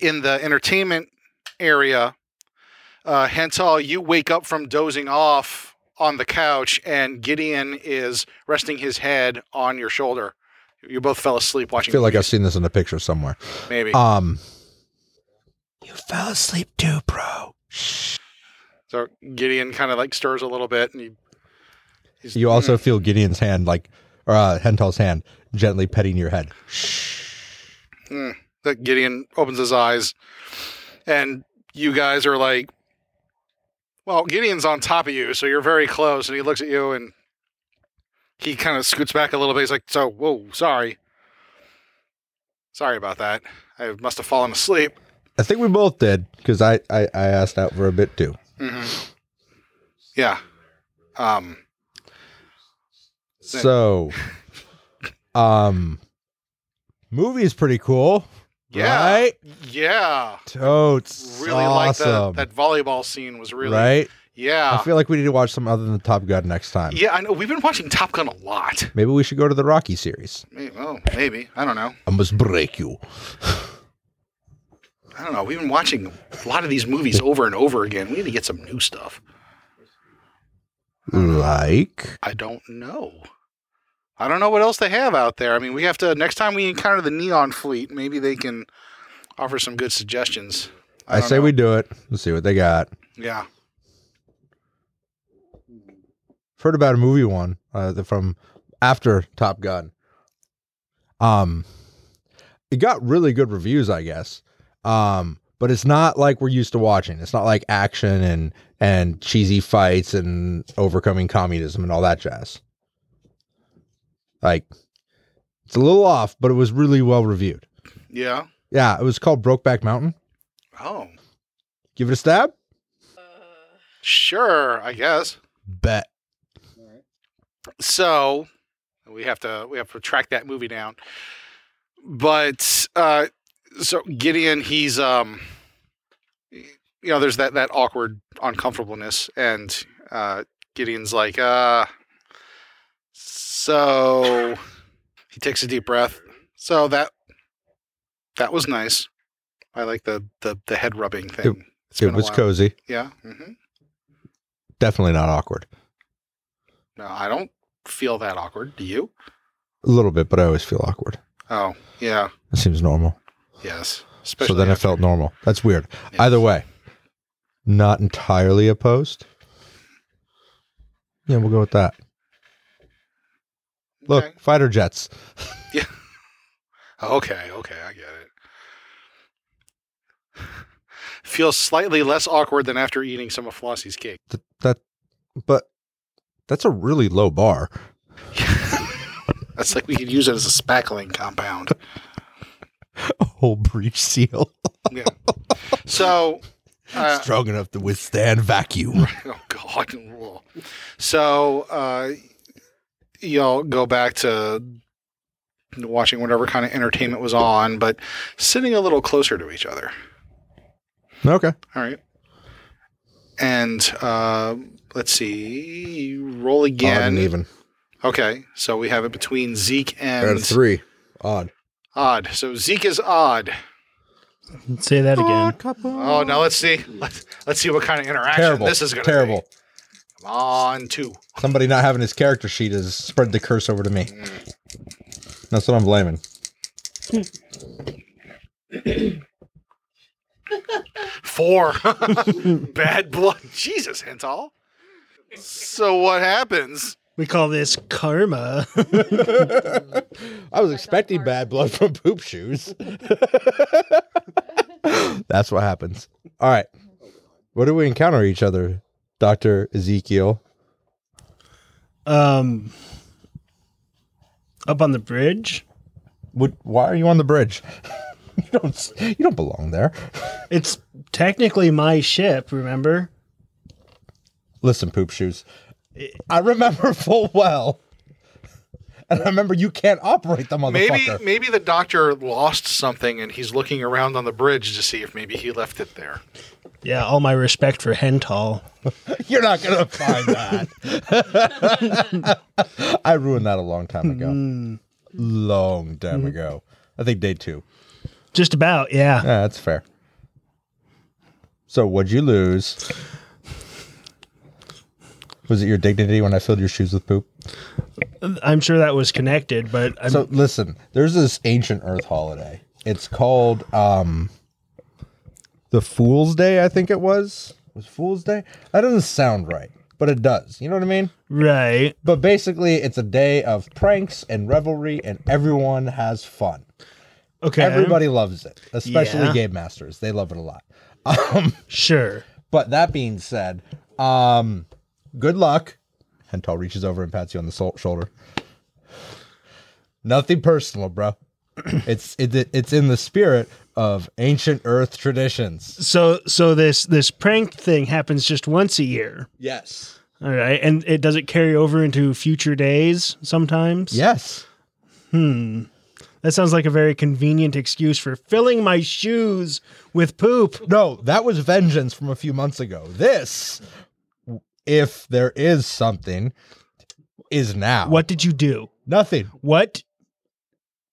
F: in the entertainment area, uh, Hental, you wake up from dozing off on the couch, and Gideon is resting his head on your shoulder. You both fell asleep
H: i
F: watching.
H: feel like i've
F: movies,
H: seen this in a picture somewhere
F: maybe.
H: um you fell asleep too bro
F: so Gideon kind of like stirs a little bit, and he. he's-
H: You also feel Gideon's hand, like, or uh, Hental's hand, gently petting your head.
F: that Gideon opens his eyes, and you guys are like, well, Gideon's on top of you, so you're very close, and he looks at you and he kind of scoots back a little bit. He's like, so, whoa, sorry. Sorry about that. I must have fallen asleep.
H: I think we both did because I, I I asked out for a bit too.
F: Yeah. Um,
H: So, um, movie's pretty cool.
F: yeah.
H: Right?
F: Yeah.
H: Totes.
F: Really like
H: awesome.
F: that. That volleyball scene was really.
H: Right?
F: Yeah.
H: I feel like we need to watch some other than Top Gun next time.
F: yeah, I know. We've been watching Top Gun a lot.
H: Maybe we should go to the Rocky series.
F: Maybe, well, maybe. I don't know.
H: I must break you.
F: I don't know. We've been watching a lot of these movies over and over again. We need to get some new stuff.
H: Like,
F: I don't know. I don't know what else they have out there. I mean, we have to next time we encounter the Neon Fleet, maybe they can offer some good suggestions.
H: I,
F: don't
H: say
F: know.
H: we do it. Let's see what they got.
F: Yeah.
H: I've heard about a movie one uh, the- from after Top Gun. Um, it got really good reviews, I guess. Um, but it's not like we're used to watching. It's not like action and and cheesy fights and overcoming communism and all that jazz. Like, it's a little off, but it was really well reviewed.
F: Yeah.
H: Yeah, it was called Brokeback Mountain.
F: Oh.
H: Give it a stab.
F: Sure, I guess.
H: Bet.
F: so we have to uh, we have to track that movie down but uh so gideon he's um you know there's that that awkward uncomfortableness and uh gideon's like uh so he takes a deep breath so that that was nice i like the the, the head rubbing thing
H: Dude,
F: It's been
H: It
F: a
H: was
F: while.
H: cozy.
F: yeah hmm
H: Definitely not awkward.
F: no i don't feel that awkward do you
H: A little bit, but I always feel awkward.
F: oh yeah
H: It seems normal.
F: yes Especially
H: so then
F: after-
H: it felt normal. That's weird.
F: Yes.
H: Either way, not entirely opposed. Yeah, we'll go with that. Look,
F: Okay.
H: fighter jets.
F: Okay, okay, I get it. Feels slightly less awkward than after eating some of Flossie's cake.
H: Th- that, but that's a really low bar.
F: That's like we could use it as a spackling compound.
H: A whole breach seal,
F: Yeah. So, uh,
H: strong enough to withstand vacuum.
F: oh god, Ugh. so uh, y'all go back to watching whatever kind of entertainment was on, but sitting a little closer to each other.
H: Okay.
F: All right. And uh, let's see. You roll again.
H: Odd and even.
F: Okay, so we have it between Zeke
G: Out
F: and
G: of three.
H: Odd.
F: Odd. So Zeke is odd.
E: Say that again.
F: Oh, now let's see. Let's, let's see what kind of interaction
H: Terrible.
F: this is going to be.
H: Terrible.
F: Come on, two.
H: Somebody not having his character sheet has spread the curse over to me.
F: Mm.
H: That's what I'm blaming.
F: Four. Bad blood. Jesus, Hental. So what happens?
E: We call this karma.
H: I was expecting bad blood from poop shoes. That's what happens. All right. What do we encounter each other, Dr. Ezekiel?
E: um, up on the bridge.
H: What, why are you on the bridge? you don't s- you don't belong there.
E: It's technically my ship. Remember?
H: Listen, poop shoes. I remember full well. And I remember you can't operate the motherfucker.
F: Maybe maybe the doctor lost something and he's looking around on the bridge to see if maybe he left it there.
E: Yeah. All my respect for Hental.
H: You're not gonna find that. I ruined that a long time ago. Long time ago. I think day two.
E: Just about. Yeah.
H: Yeah, that's fair. So what'd you lose? Was it your dignity when I filled your shoes with poop?
E: I'm sure that was connected, but I'm,
H: So listen, there's this ancient Earth holiday. It's called um the Fool's Day, I think it was. Was Fool's Day? That doesn't sound right, but it does. You know what I mean?
E: right.
H: But basically, it's a day of pranks and revelry, and everyone has fun.
E: Okay.
H: Everybody loves it, especially
E: Yeah.
H: game masters. They love it a lot. Um,
E: Sure.
H: but that being said, um, good luck. Hental reaches over and pats you on the sol- shoulder. Nothing personal, bro. it's it, it's in the spirit of ancient Earth traditions.
E: So so this this prank thing happens just once a year.
H: Yes.
E: All right, and it does it carry over into future days sometimes? Hmm.
H: Yes.
E: That sounds like a very convenient excuse for filling my shoes with poop.
H: No, that was vengeance from a few months ago. This, if there is something, is now.
E: What did you do?
H: Nothing.
E: What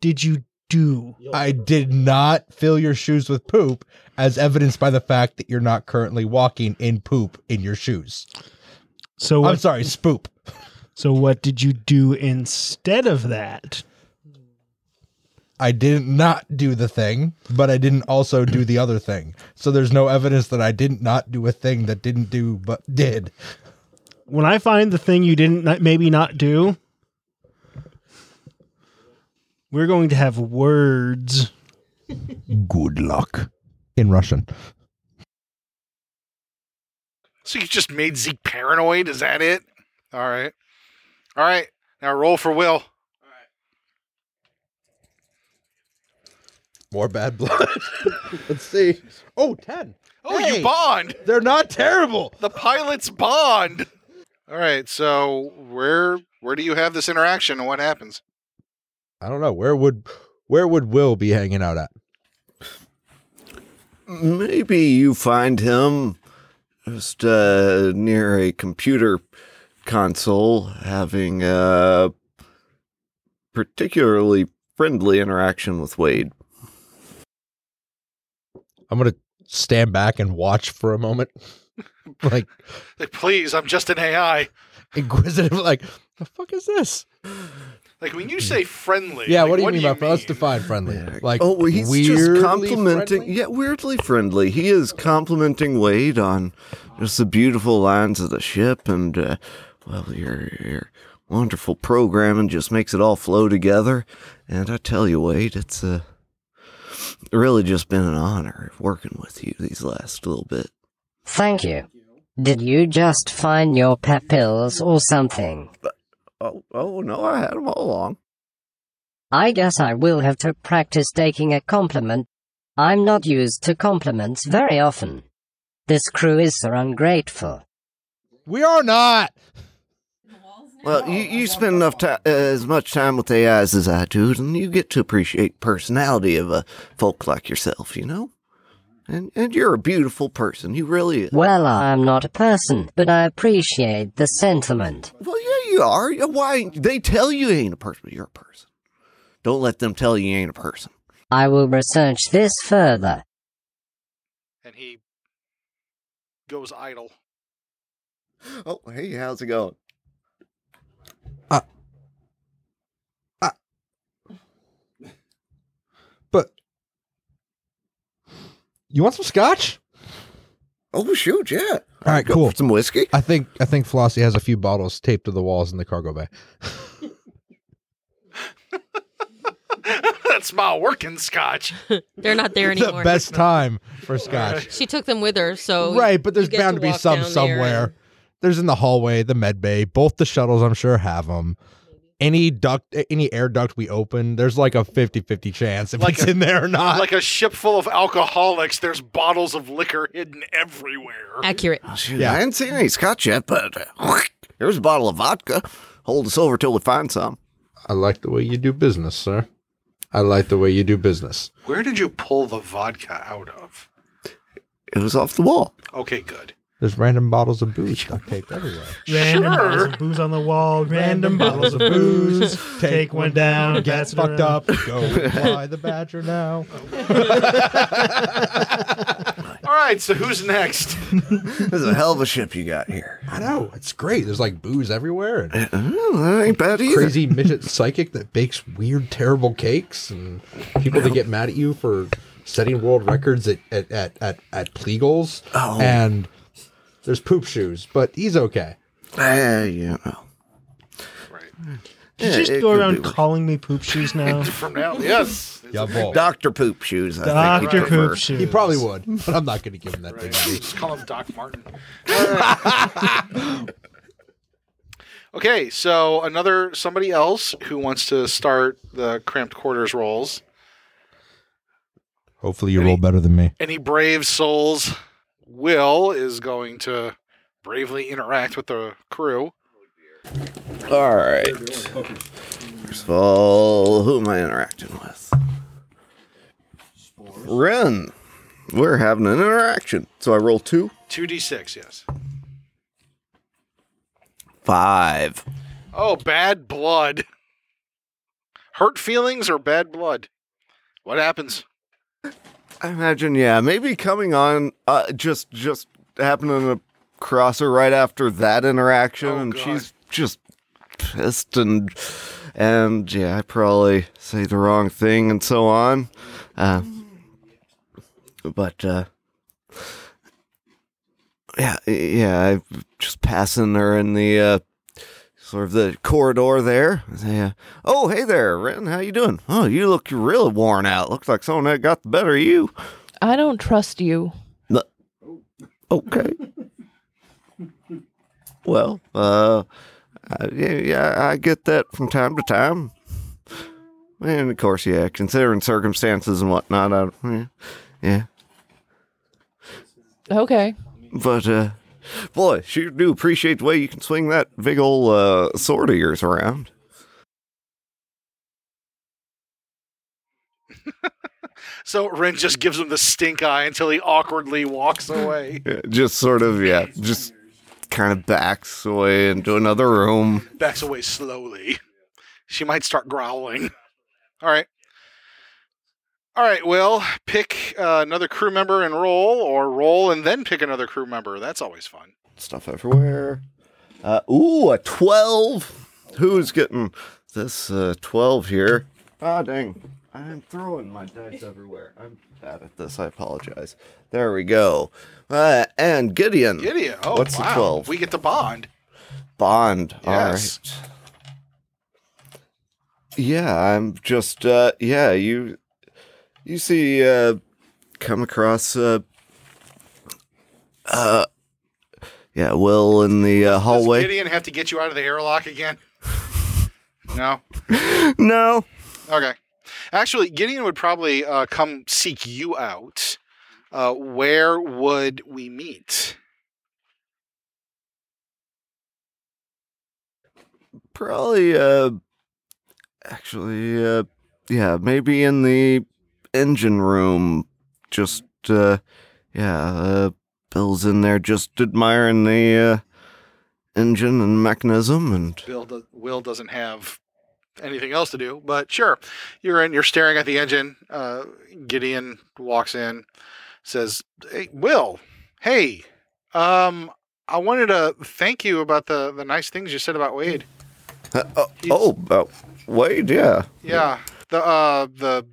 E: did you do?
H: I did not fill your shoes with poop, as evidenced by the fact that you're not currently walking in poop in your shoes.
E: So
H: I'm
E: what,
H: sorry, spoop.
E: so what did you do instead of that?
H: I did not do the thing, but I didn't also do the other thing. So there's no evidence that I didn't not do a thing that didn't do but did.
E: When I find the thing you didn't not- maybe not do, we're going to have words.
H: Good luck. In Russian.
F: So you just made Zeke paranoid? Is that it? All right. All right. Now roll for Will.
H: More bad blood. Let's see. Oh, 10.
C: Oh,
H: Hey,
C: you bond.
H: They're not terrible.
C: The pilots bond. All right. So where where do you have this interaction and what happens?
H: I don't know. Where would where would Will be hanging out at?
G: Maybe you find him just uh, near a computer console having a particularly friendly interaction with Wade.
H: I'm gonna stand back and watch for a moment. like
C: Like, please, I'm just an AI.
H: inquisitive, like, the fuck is this?
C: Like when you say friendly.
H: Yeah,
C: like,
H: what do you mean by for us
C: mean?
H: define friendly? Like
G: oh, well, he's
H: weirdly
G: just complimenting.
H: friendly?
G: Yeah, weirdly friendly. He is complimenting Wade on just the beautiful lines of the ship, and uh, well, your your wonderful programming just makes it all flow together. And I tell you, Wade, it's uh, really just been an honor working with you these last little bit.
A: Thank you. Did you just find your pet pills or something?
G: Oh, oh no, I had them all along.
A: I guess I will have to practice taking a compliment. I'm not used to compliments very often. This crew is so ungrateful.
H: We are not.
G: Well, you, you spend enough time, uh, as much time with AIs as I do, and you get to appreciate personality of a folk like yourself, you know. And and you're a beautiful person. You really. Well,
A: Well, I'm not a person, but I appreciate the sentiment.
G: yeah, you are. Yeah, Why they tell you ain't a person, but you're a person. Don't let them tell you ain't a person.
A: I will research this further.
C: And he goes idle.
G: Oh, hey, how's it going?
H: But you want some scotch?
G: Oh shoot, yeah.
H: All right,
G: Go
H: cool. Uh,
G: for some whiskey.
H: I think I think Flossie has a few bottles taped to the walls in the cargo bay.
C: That's my working scotch.
B: They're not there
H: the
B: anymore.
H: best time for scotch.
B: She took them with her, so
H: Right, but there's
B: you get
H: bound
B: to
H: to, be
B: walk
H: some
B: down there
H: somewhere.
B: and-
H: There's in the hallway, the med bay. Both the shuttles, I'm sure, have them. Any duct, any air duct we open, there's like a 50-50 chance if
C: Like
H: it's
C: a-
H: in there or not.
C: Like a ship full of alcoholics, there's bottles of liquor hidden everywhere.
B: accurate.
G: Oh, shoot,
H: Yeah.
G: I hadn't seen any scotch yet, but uh, here's a bottle of vodka. Hold us over till we find some.
H: I like the way you do business, sir. I like the way you do business.
C: Where did you pull the vodka out of?
G: It was off the wall.
C: Okay, good.
H: There's random bottles of booze duct taped everywhere.
E: Random
C: Sure.
E: bottles of booze on the wall. Random bottles of booze. Take one down.
H: Get
E: That's
H: fucked up. Go fly the badger now.
C: All right, so who's next?
G: This is a hell of a ship you got here.
H: I know it's great. There's like booze everywhere and
G: Oh, that ain't bad either.
H: crazy midget psychic that bakes weird, terrible cakes, and people that get mad at you for setting world records at at at at, at plegals.
G: Oh.
H: And there's poop shoes, but he's okay.
G: Ah, you know.
E: Did you
G: Yeah,
E: just
G: it
E: go
G: could
E: around
G: be worse.
E: calling me poop shoes now?
C: From now, yes.
G: Doctor Poop Shoes. I think we
E: Doctor
G: prefer.
E: poop shoes.
H: He probably would, but I'm not going to give him that thing.
C: Just call him Doc Martin. All right. okay, so another somebody else who wants to start the cramped quarters rolls.
H: Hopefully, you roll better than me.
C: Any brave souls, Will is going to bravely interact with the crew.
G: All right. First of all, who am I interacting with? Ren. We're having an interaction. So I roll two.
C: Two d six, yes.
G: Five.
C: Oh, bad blood. Hurt feelings or bad blood? What happens?
G: I imagine, yeah, maybe coming on uh, just just happening across her right after that interaction,
C: Oh,
G: and
C: God.
G: she's just pissed and and yeah, I probably say the wrong thing and so on, uh, but uh, yeah, yeah, I just passing her in the. Uh, Sort of the corridor there. I say, uh, oh, hey there, Ren. How you doing? Oh, you look real worn out. Looks like someone that got the better of you.
I: I don't trust you.
G: No. Okay. well, uh, I, yeah, yeah, I get that from time to time. And of course, yeah, considering circumstances and whatnot, I, yeah, yeah.
I: Okay.
G: But uh, boy, sure do appreciate the way you can swing that big ol' uh, sword of yours around.
C: So Rin just gives him the stink eye until he awkwardly walks away.
G: Yeah, Just sort of, yeah, just kind of backs away into another room.
C: Backs away slowly. She might start growling. All right. All right, Will, pick uh, another crew member and roll, or roll and then pick another crew member. That's always fun.
G: Stuff everywhere. Uh, ooh, a twelve. Who's getting this uh, twelve here? Ah, dang! I'm throwing my dice everywhere. I'm bad at this. I apologize. There we go. Uh, and Gideon.
C: Gideon. Oh,
G: What's
C: wow.
G: the twelve?
C: We get to bond.
G: Bond.
C: Yes.
G: All right. Yeah, I'm just uh yeah, you you see uh come across uh uh yeah, Will in the uh,
C: Does
G: hallway.
C: Gideon have to get you out of the airlock again? no.
G: No.
C: Okay. Actually, Gideon would probably uh, come seek you out. Uh, where would we meet?
G: Probably uh actually uh yeah, maybe in the engine room just uh yeah, uh Bill's in there just admiring the uh engine and mechanism and
C: Bill do- Will doesn't have anything else to do, but sure. You're in. You're staring at the engine. Uh, Gideon walks in, says, "Hey, Will, hey, um, I wanted to thank you about the the nice things you said about Wade.
G: Uh, oh, uh, Wade, yeah.
C: Yeah, the uh the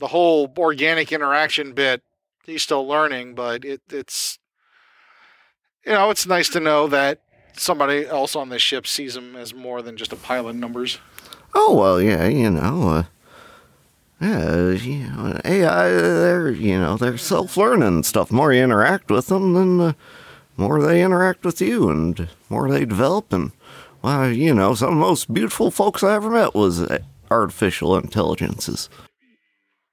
C: the whole organic interaction bit. He's still learning, but it it's you know it's nice to know that." Somebody else on this ship sees him as more than just a pile of numbers.
G: Oh, well, yeah, you know, uh, yeah, you know, AI, uh, they're, you know, they're self-learning and stuff. The more you interact with them, then the more they interact with you and the more they develop. And, well, you know, some of the most beautiful folks I ever met was uh, artificial intelligences.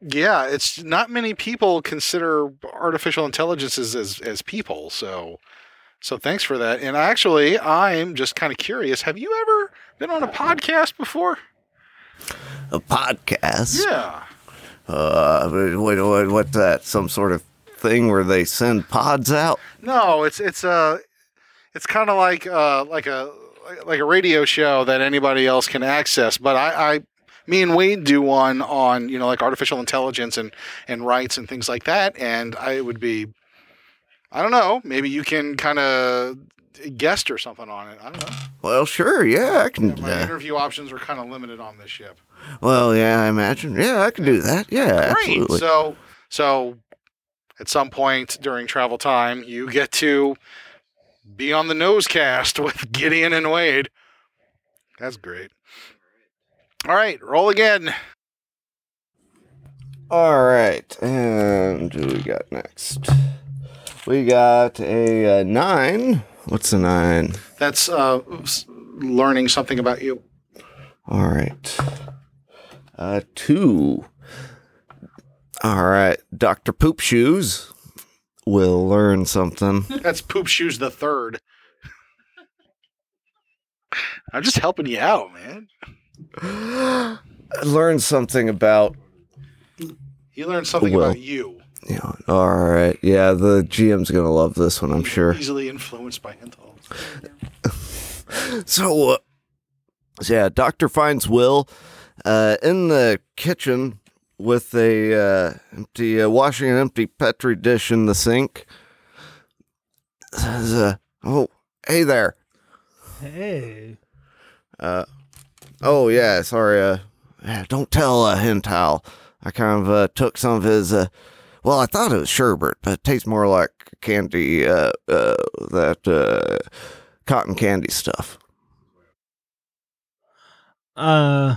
C: Yeah, it's not many people consider artificial intelligences as as people. So, so thanks for that. And actually, I'm just kind of curious. Have you ever been on a podcast before?
G: A podcast.
C: Yeah.
G: Uh, what, what, what's that? Some sort of thing where they send pods out?
C: No, it's it's uh, it's kind of like uh like a like a radio show that anybody else can access. But I, I me and Wade do one on you know like artificial intelligence and and rights and things like that. And I it would be, I don't know, maybe you can kind of guest or something on it. I don't know.
G: Well, sure, yeah, I can.
C: My
G: uh,
C: interview options were kind of limited on this ship.
G: Well, yeah, I imagine. Yeah, I can do that. Yeah, absolutely.
C: So, so at some point during travel time, you get to be on the nosecast with Gideon and Wade. That's great. All right, roll again.
G: All right, and what do we got next? We got a, uh nine. What's a nine?
C: That's uh, s- learning something about you.
G: All right, uh, two. All right, Doctor Poop Shoes will learn something.
C: That's poop shoes the third. I'm just helping you out, man.
G: learn something about
C: You learned something
G: Well.
C: about you.
G: you know. All right, yeah, the GM's gonna love this one, I'm sure.
C: Easily influenced by menthol.
G: So, uh, so yeah, Doctor finds Will uh, in the kitchen with a uh, empty uh, washing an empty petri dish in the sink. Says, uh, "Oh, hey there.
E: Hey.
G: Uh, oh yeah, sorry. Uh, yeah, don't tell uh, Hental. I kind of uh, took some of his. Uh, well, I thought it was sherbet, but it tastes more like candy. Uh, uh, that uh, cotton candy stuff."
E: Uh,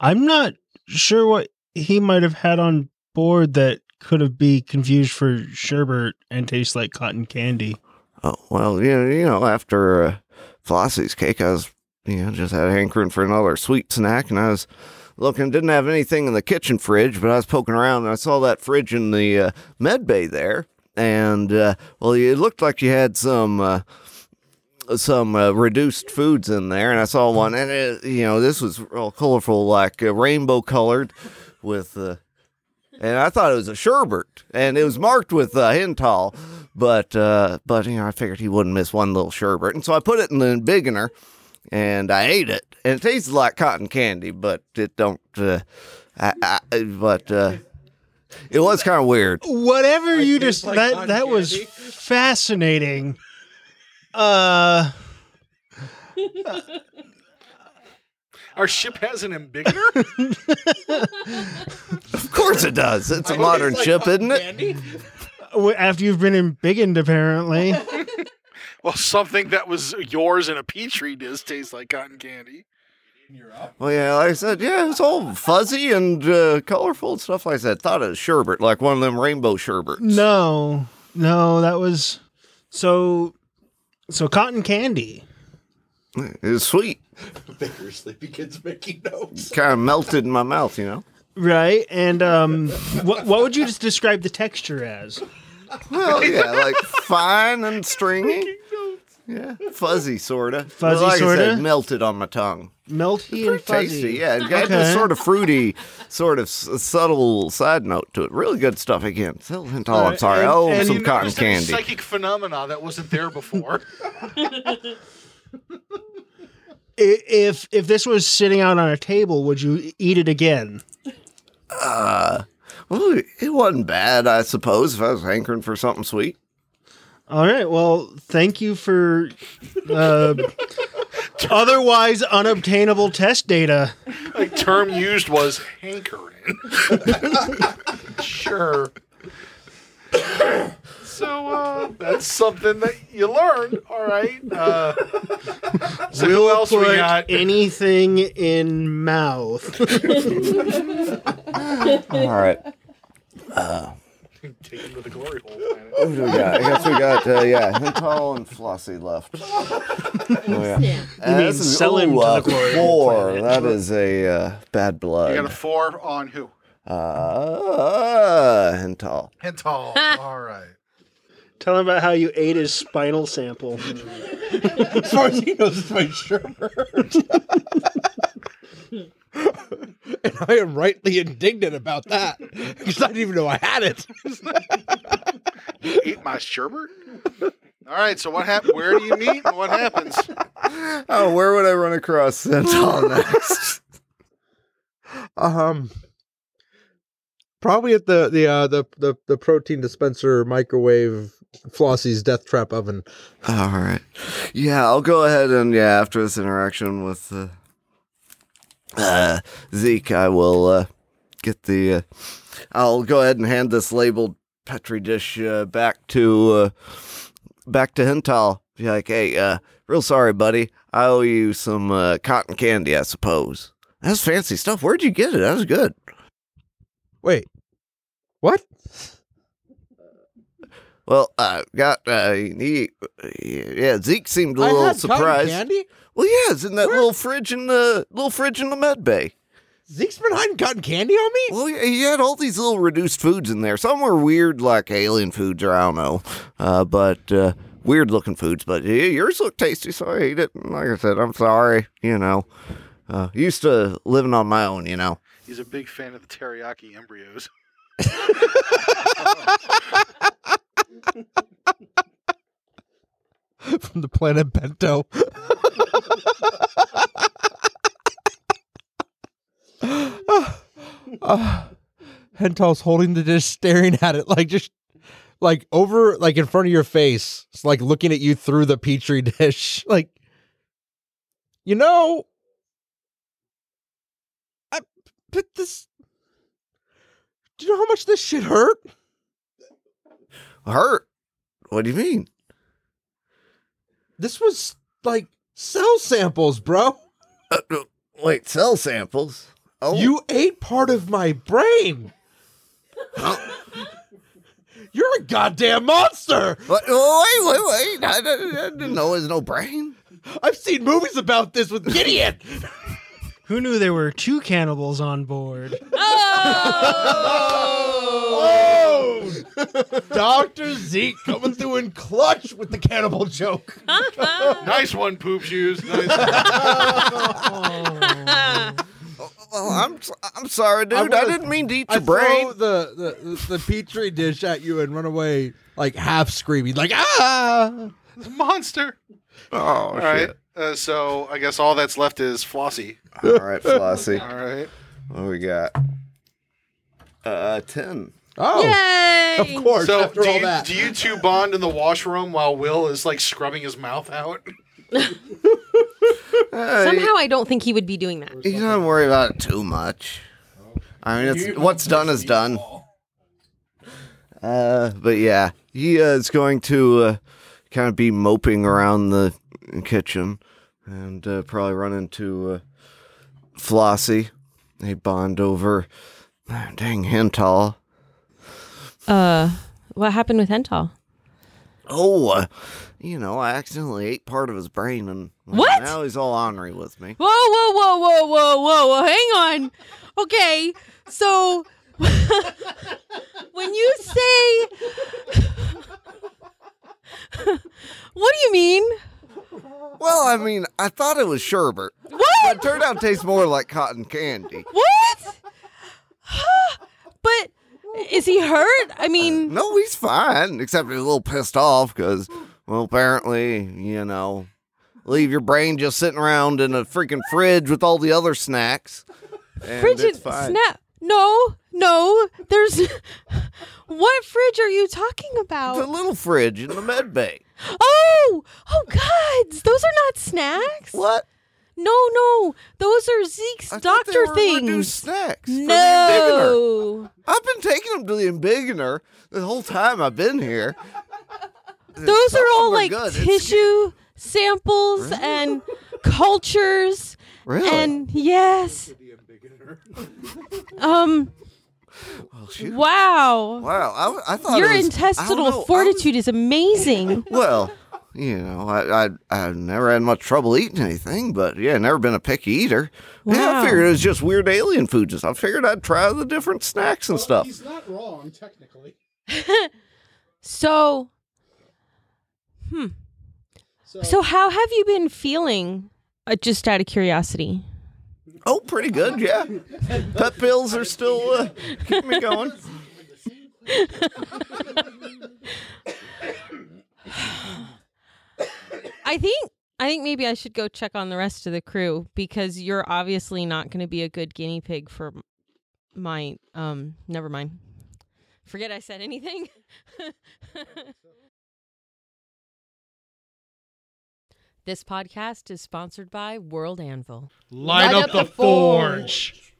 E: I'm not sure what he might have had on board that could have be confused for sherbet and taste like cotton candy.
G: Oh well, you know, you know after uh, Flossie's cake, I was you know just had a hankering for another sweet snack, and I was looking. Didn't have anything in the kitchen fridge, but I was poking around and I saw that fridge in the uh, med bay there. And uh, well, it looked like you had some uh, some uh, reduced foods in there, and I saw one, and it, you know this was all colorful, like uh, rainbow colored, with. Uh, and I thought it was a sherbet, and it was marked with uh, Hintal, but uh, but you know I figured he wouldn't miss one little sherbet, and so I put it in the bigginer, and I ate it, and it tasted like cotton candy, but it don't. Uh, I, I, but uh, it was kind of weird.
E: Whatever you just that that was fascinating. Uh,
F: Our ship has an embiggener?
G: Of course it does. It's a modern ship, isn't it?
E: w- after you've been in embiggened, apparently.
F: well, something that was yours in a petri dish tastes like cotton candy.
G: Well, yeah, like I said, yeah, it was all fuzzy and uh, colorful and stuff like that. Thought it was sherbet, like one of them rainbow sherbets.
E: No, no, that was so. So cotton candy.
G: It was sweet.
D: Bigger sleepy kids making notes.
G: Kind of melted in my mouth, you know?
E: Right, and um, what what would you just describe the texture as?
G: Well, yeah, like fine and stringy. Yeah, fuzzy sorta.
E: Fuzzy
G: like I said,
E: sorta?
G: melted on my tongue.
E: Melty
G: Pretty
E: and fuzzy.
G: tasty, yeah. It got this
E: Okay.
G: sort of fruity, sort of s- subtle side note to it. Really good stuff again. Still hint all, I'm sorry.
E: and-
G: oh,
E: and
G: some
E: you
G: cotton
F: Just a
G: candy.
F: Psychic phenomena that wasn't there before.
E: I- If if this was sitting out on a table, would you eat it again?
G: Well, it wasn't bad, I suppose, if I was hankering for something sweet.
E: All right. Well, thank you for uh, otherwise unobtainable test data.
F: like term used was hankering. sure. So uh, that's something that you learned, all right? Uh, so who else we
E: Put
F: got?
E: anything in mouth.
G: All right.
F: Taken to the glory hole. planet.
G: Who do we got? I guess we got, uh, yeah, Hintal and Flossie left. Oh, yeah. Uh,
E: mean
G: this is-
E: sell him
G: ooh,
E: to the
G: uh,
E: glory hole
G: four. That is a uh, bad
F: You got a
G: blood.
F: four on who?
G: Uh, Hintal.
F: Hental. All right.
E: Tell him about how you ate his spinal sample.
H: As far as he knows, it's my sherbert. and I am rightly indignant about that because I didn't even know I had it.
F: Eat my sherbet. All right. So what happened? Where do you meet? And what happens?
G: Oh, where would I run across Hintal next?
H: um, probably at the the uh, the, the the protein dispenser microwave Flossie's death trap oven.
G: All right. Yeah, I'll go ahead and, yeah, after this interaction with uh, uh, Zeke, I will uh, get the. Uh, I'll go ahead and hand this labeled Petri dish uh, back to uh, back to Hintal. Be like, hey, uh, real sorry, buddy. I owe you some uh, cotton candy, I suppose. That's fancy stuff. Where'd you get it? That was good.
H: Wait, what?
G: Well, I got uh, he, yeah. Zeke seemed a
H: I
G: little
H: had cotton
G: surprised.
H: Candy?
G: Well, yeah, it's in that
H: Where-
G: little fridge in the little fridge in the med bay.
H: Zeke's been hiding cotton candy on me.
G: Well, yeah, he had all these little reduced foods in there. Some were weird, like alien foods, or I don't know, uh, but uh, weird looking foods. But yeah, yours looked tasty, so I ate it. And like I said, I'm sorry, you know. Uh, used to living on my own, you know.
F: He's a big fan of the teriyaki embryos.
H: From the planet Bento. uh, Hental's holding the dish, staring at it, like just like over, like in front of your face. It's like looking at you through the petri dish. Like, you know, I but this. Do you know how much this shit hurt?
G: Hurt? What do you mean?
H: This was like cell samples, bro.
G: Uh, uh, wait, cell samples? Oh,
H: You ate part of my brain. You're a goddamn monster.
G: What, oh, wait, wait, wait! I, didn't- I didn't know it was no brain.
H: I've seen movies about this with Gideon.
E: Who knew there were two cannibals on board?
H: Oh! Dr. Zeke coming through in clutch with the cannibal joke.
F: nice one, poop shoes. Nice.
G: Well, Oh, I'm s- I'm sorry, dude. I,
H: wanna-
G: didn't mean to eat
H: I
G: your brain.
H: throw the, the, the petri dish at you and run away like half screaming, like, ah!
F: Monster.
G: Oh
F: All right. Uh, so I guess all that's left is Flossie.
G: All right, Flossie.
F: All right.
G: What we got? Uh, ten.
H: Oh,
B: Yay!
H: of course,
F: So
H: after
F: do
H: all
F: you,
H: that.
F: do you two bond in the washroom while Will is like scrubbing his mouth out?
B: Somehow I don't think he would be doing that.
G: You don't worry about it too much. I mean, it's, what's done is done. Uh, but yeah, he uh, is going to uh, kind of be moping around the kitchen and uh, probably run into uh, Flossie. They bond over, uh, dang Hental.
B: Uh, what happened with Hental?
G: Oh, uh, you know, I accidentally ate part of his brain, and well,
B: What?
G: Now he's all ornery with me.
B: Whoa, whoa, whoa, whoa, whoa, whoa, whoa! Hang on. Okay, so when you say, what do you mean?
G: Well, I mean, I thought it was sherbet.
B: What?
G: But it turned out it tastes more like cotton candy.
B: What? but is he hurt? I mean,
G: No, he's fine, except he's a little pissed off because, well, apparently, you know, leave your brain just sitting around in a freaking fridge with all the other snacks. And
B: frigid
G: it's fine.
B: snap. No, no. There's what fridge are you talking
G: The
B: about?
G: little fridge in the med bay.
B: Oh, oh, gods! Those are not snacks.
G: What?
B: No, no. Those are Zeke's
G: I thought they
B: doctor
G: were reduced
B: things.
G: snacks. for the embiggener.
B: No,
G: I've been taking them to the embiggener the whole time I've been here.
B: those
G: Some
B: are
G: of
B: all
G: them
B: like
G: good. It's-
B: tissue samples and cultures.
G: Really?
B: And yes. Um.
G: Well, shoot.
B: Wow.
G: Wow, I w- I, thought it was-
B: Your
G: I don't
B: intestinal
G: know, I was-
B: fortitude is amazing.
G: well, you know, I, I I've never had much trouble eating anything, but yeah, never been a picky eater. Yeah,
B: Wow.
G: I figured it was just weird alien food. Just I figured I'd try the different snacks and stuff.
C: He's not wrong, technically.
B: So, hmm.
C: So,
B: so how have you been feeling? Uh, just out of curiosity.
G: Oh, pretty good, yeah. Pet pills are still uh, keep me going.
B: I think I think maybe I should go check on the rest of the crew because you're obviously not going to be a good guinea pig for m- my um never mind. Forget I said anything. this podcast is sponsored by World Anvil.
I: Light up the forge.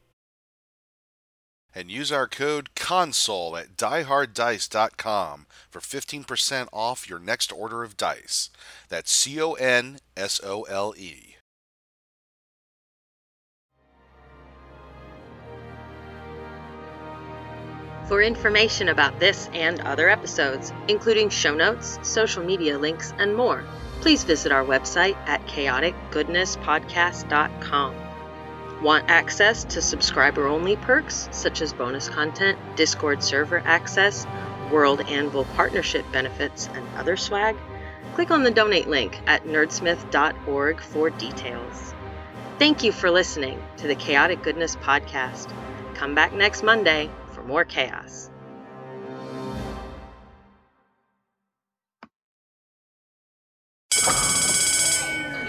K: and use our code console at dieharddice.com for 15% off your next order of dice. That's C O N S O L E.
A: For information about this and other episodes, including show notes, social media links, and more, please visit our website at chaoticgoodnesspodcast.com. Want access to subscriber only perks such as bonus content, Discord server access, World Anvil partnership benefits, and other swag? Click on the donate link at nerdsmith.org for details. Thank you for listening to the Chaotic Goodness Podcast. Come back next Monday for more chaos.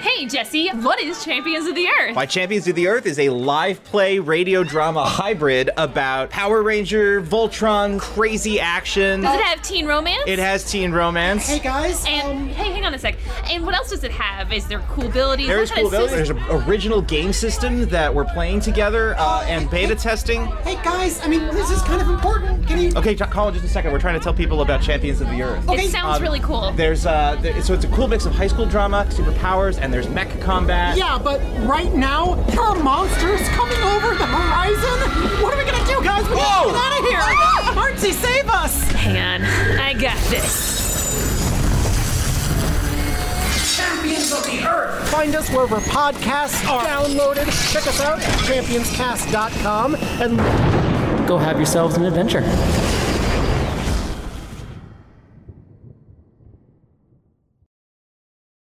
L: Hey, Jesse, what is Champions of the Earth?
M: Why Champions of the Earth is a live play radio drama hybrid about Power Ranger, Voltron, crazy action.
L: Does it have teen romance?
M: It has teen romance.
L: guys.
N: um,
L: And hey, hang on a sec. And what else does it have? Is there cool abilities?
M: There
L: What
M: is
L: kind
M: cool
L: of
M: ability.
L: system-
M: There's an original game system that we're playing together uh, and beta testing.
N: Hey guys, I mean this is kind of important. Can you?
M: Okay, t- Colin, just a second. We're trying to tell people about Champions of the Earth.
L: It sounds
M: Um,
L: really cool.
M: There's uh, th- so it's a cool mix of high school drama, superpowers, and there's mech combat.
N: Yeah, but right now there are monsters coming over the horizon. What are we gonna do, guys? We gotta
L: Whoa!
N: get out of here.
L: Ah!
N: Artsy, save us!
L: Hang on, I got this.
N: Champions of the Earth.
E: Find us wherever podcasts are downloaded. Check us out at championscast.com and
O: Go have yourselves an adventure.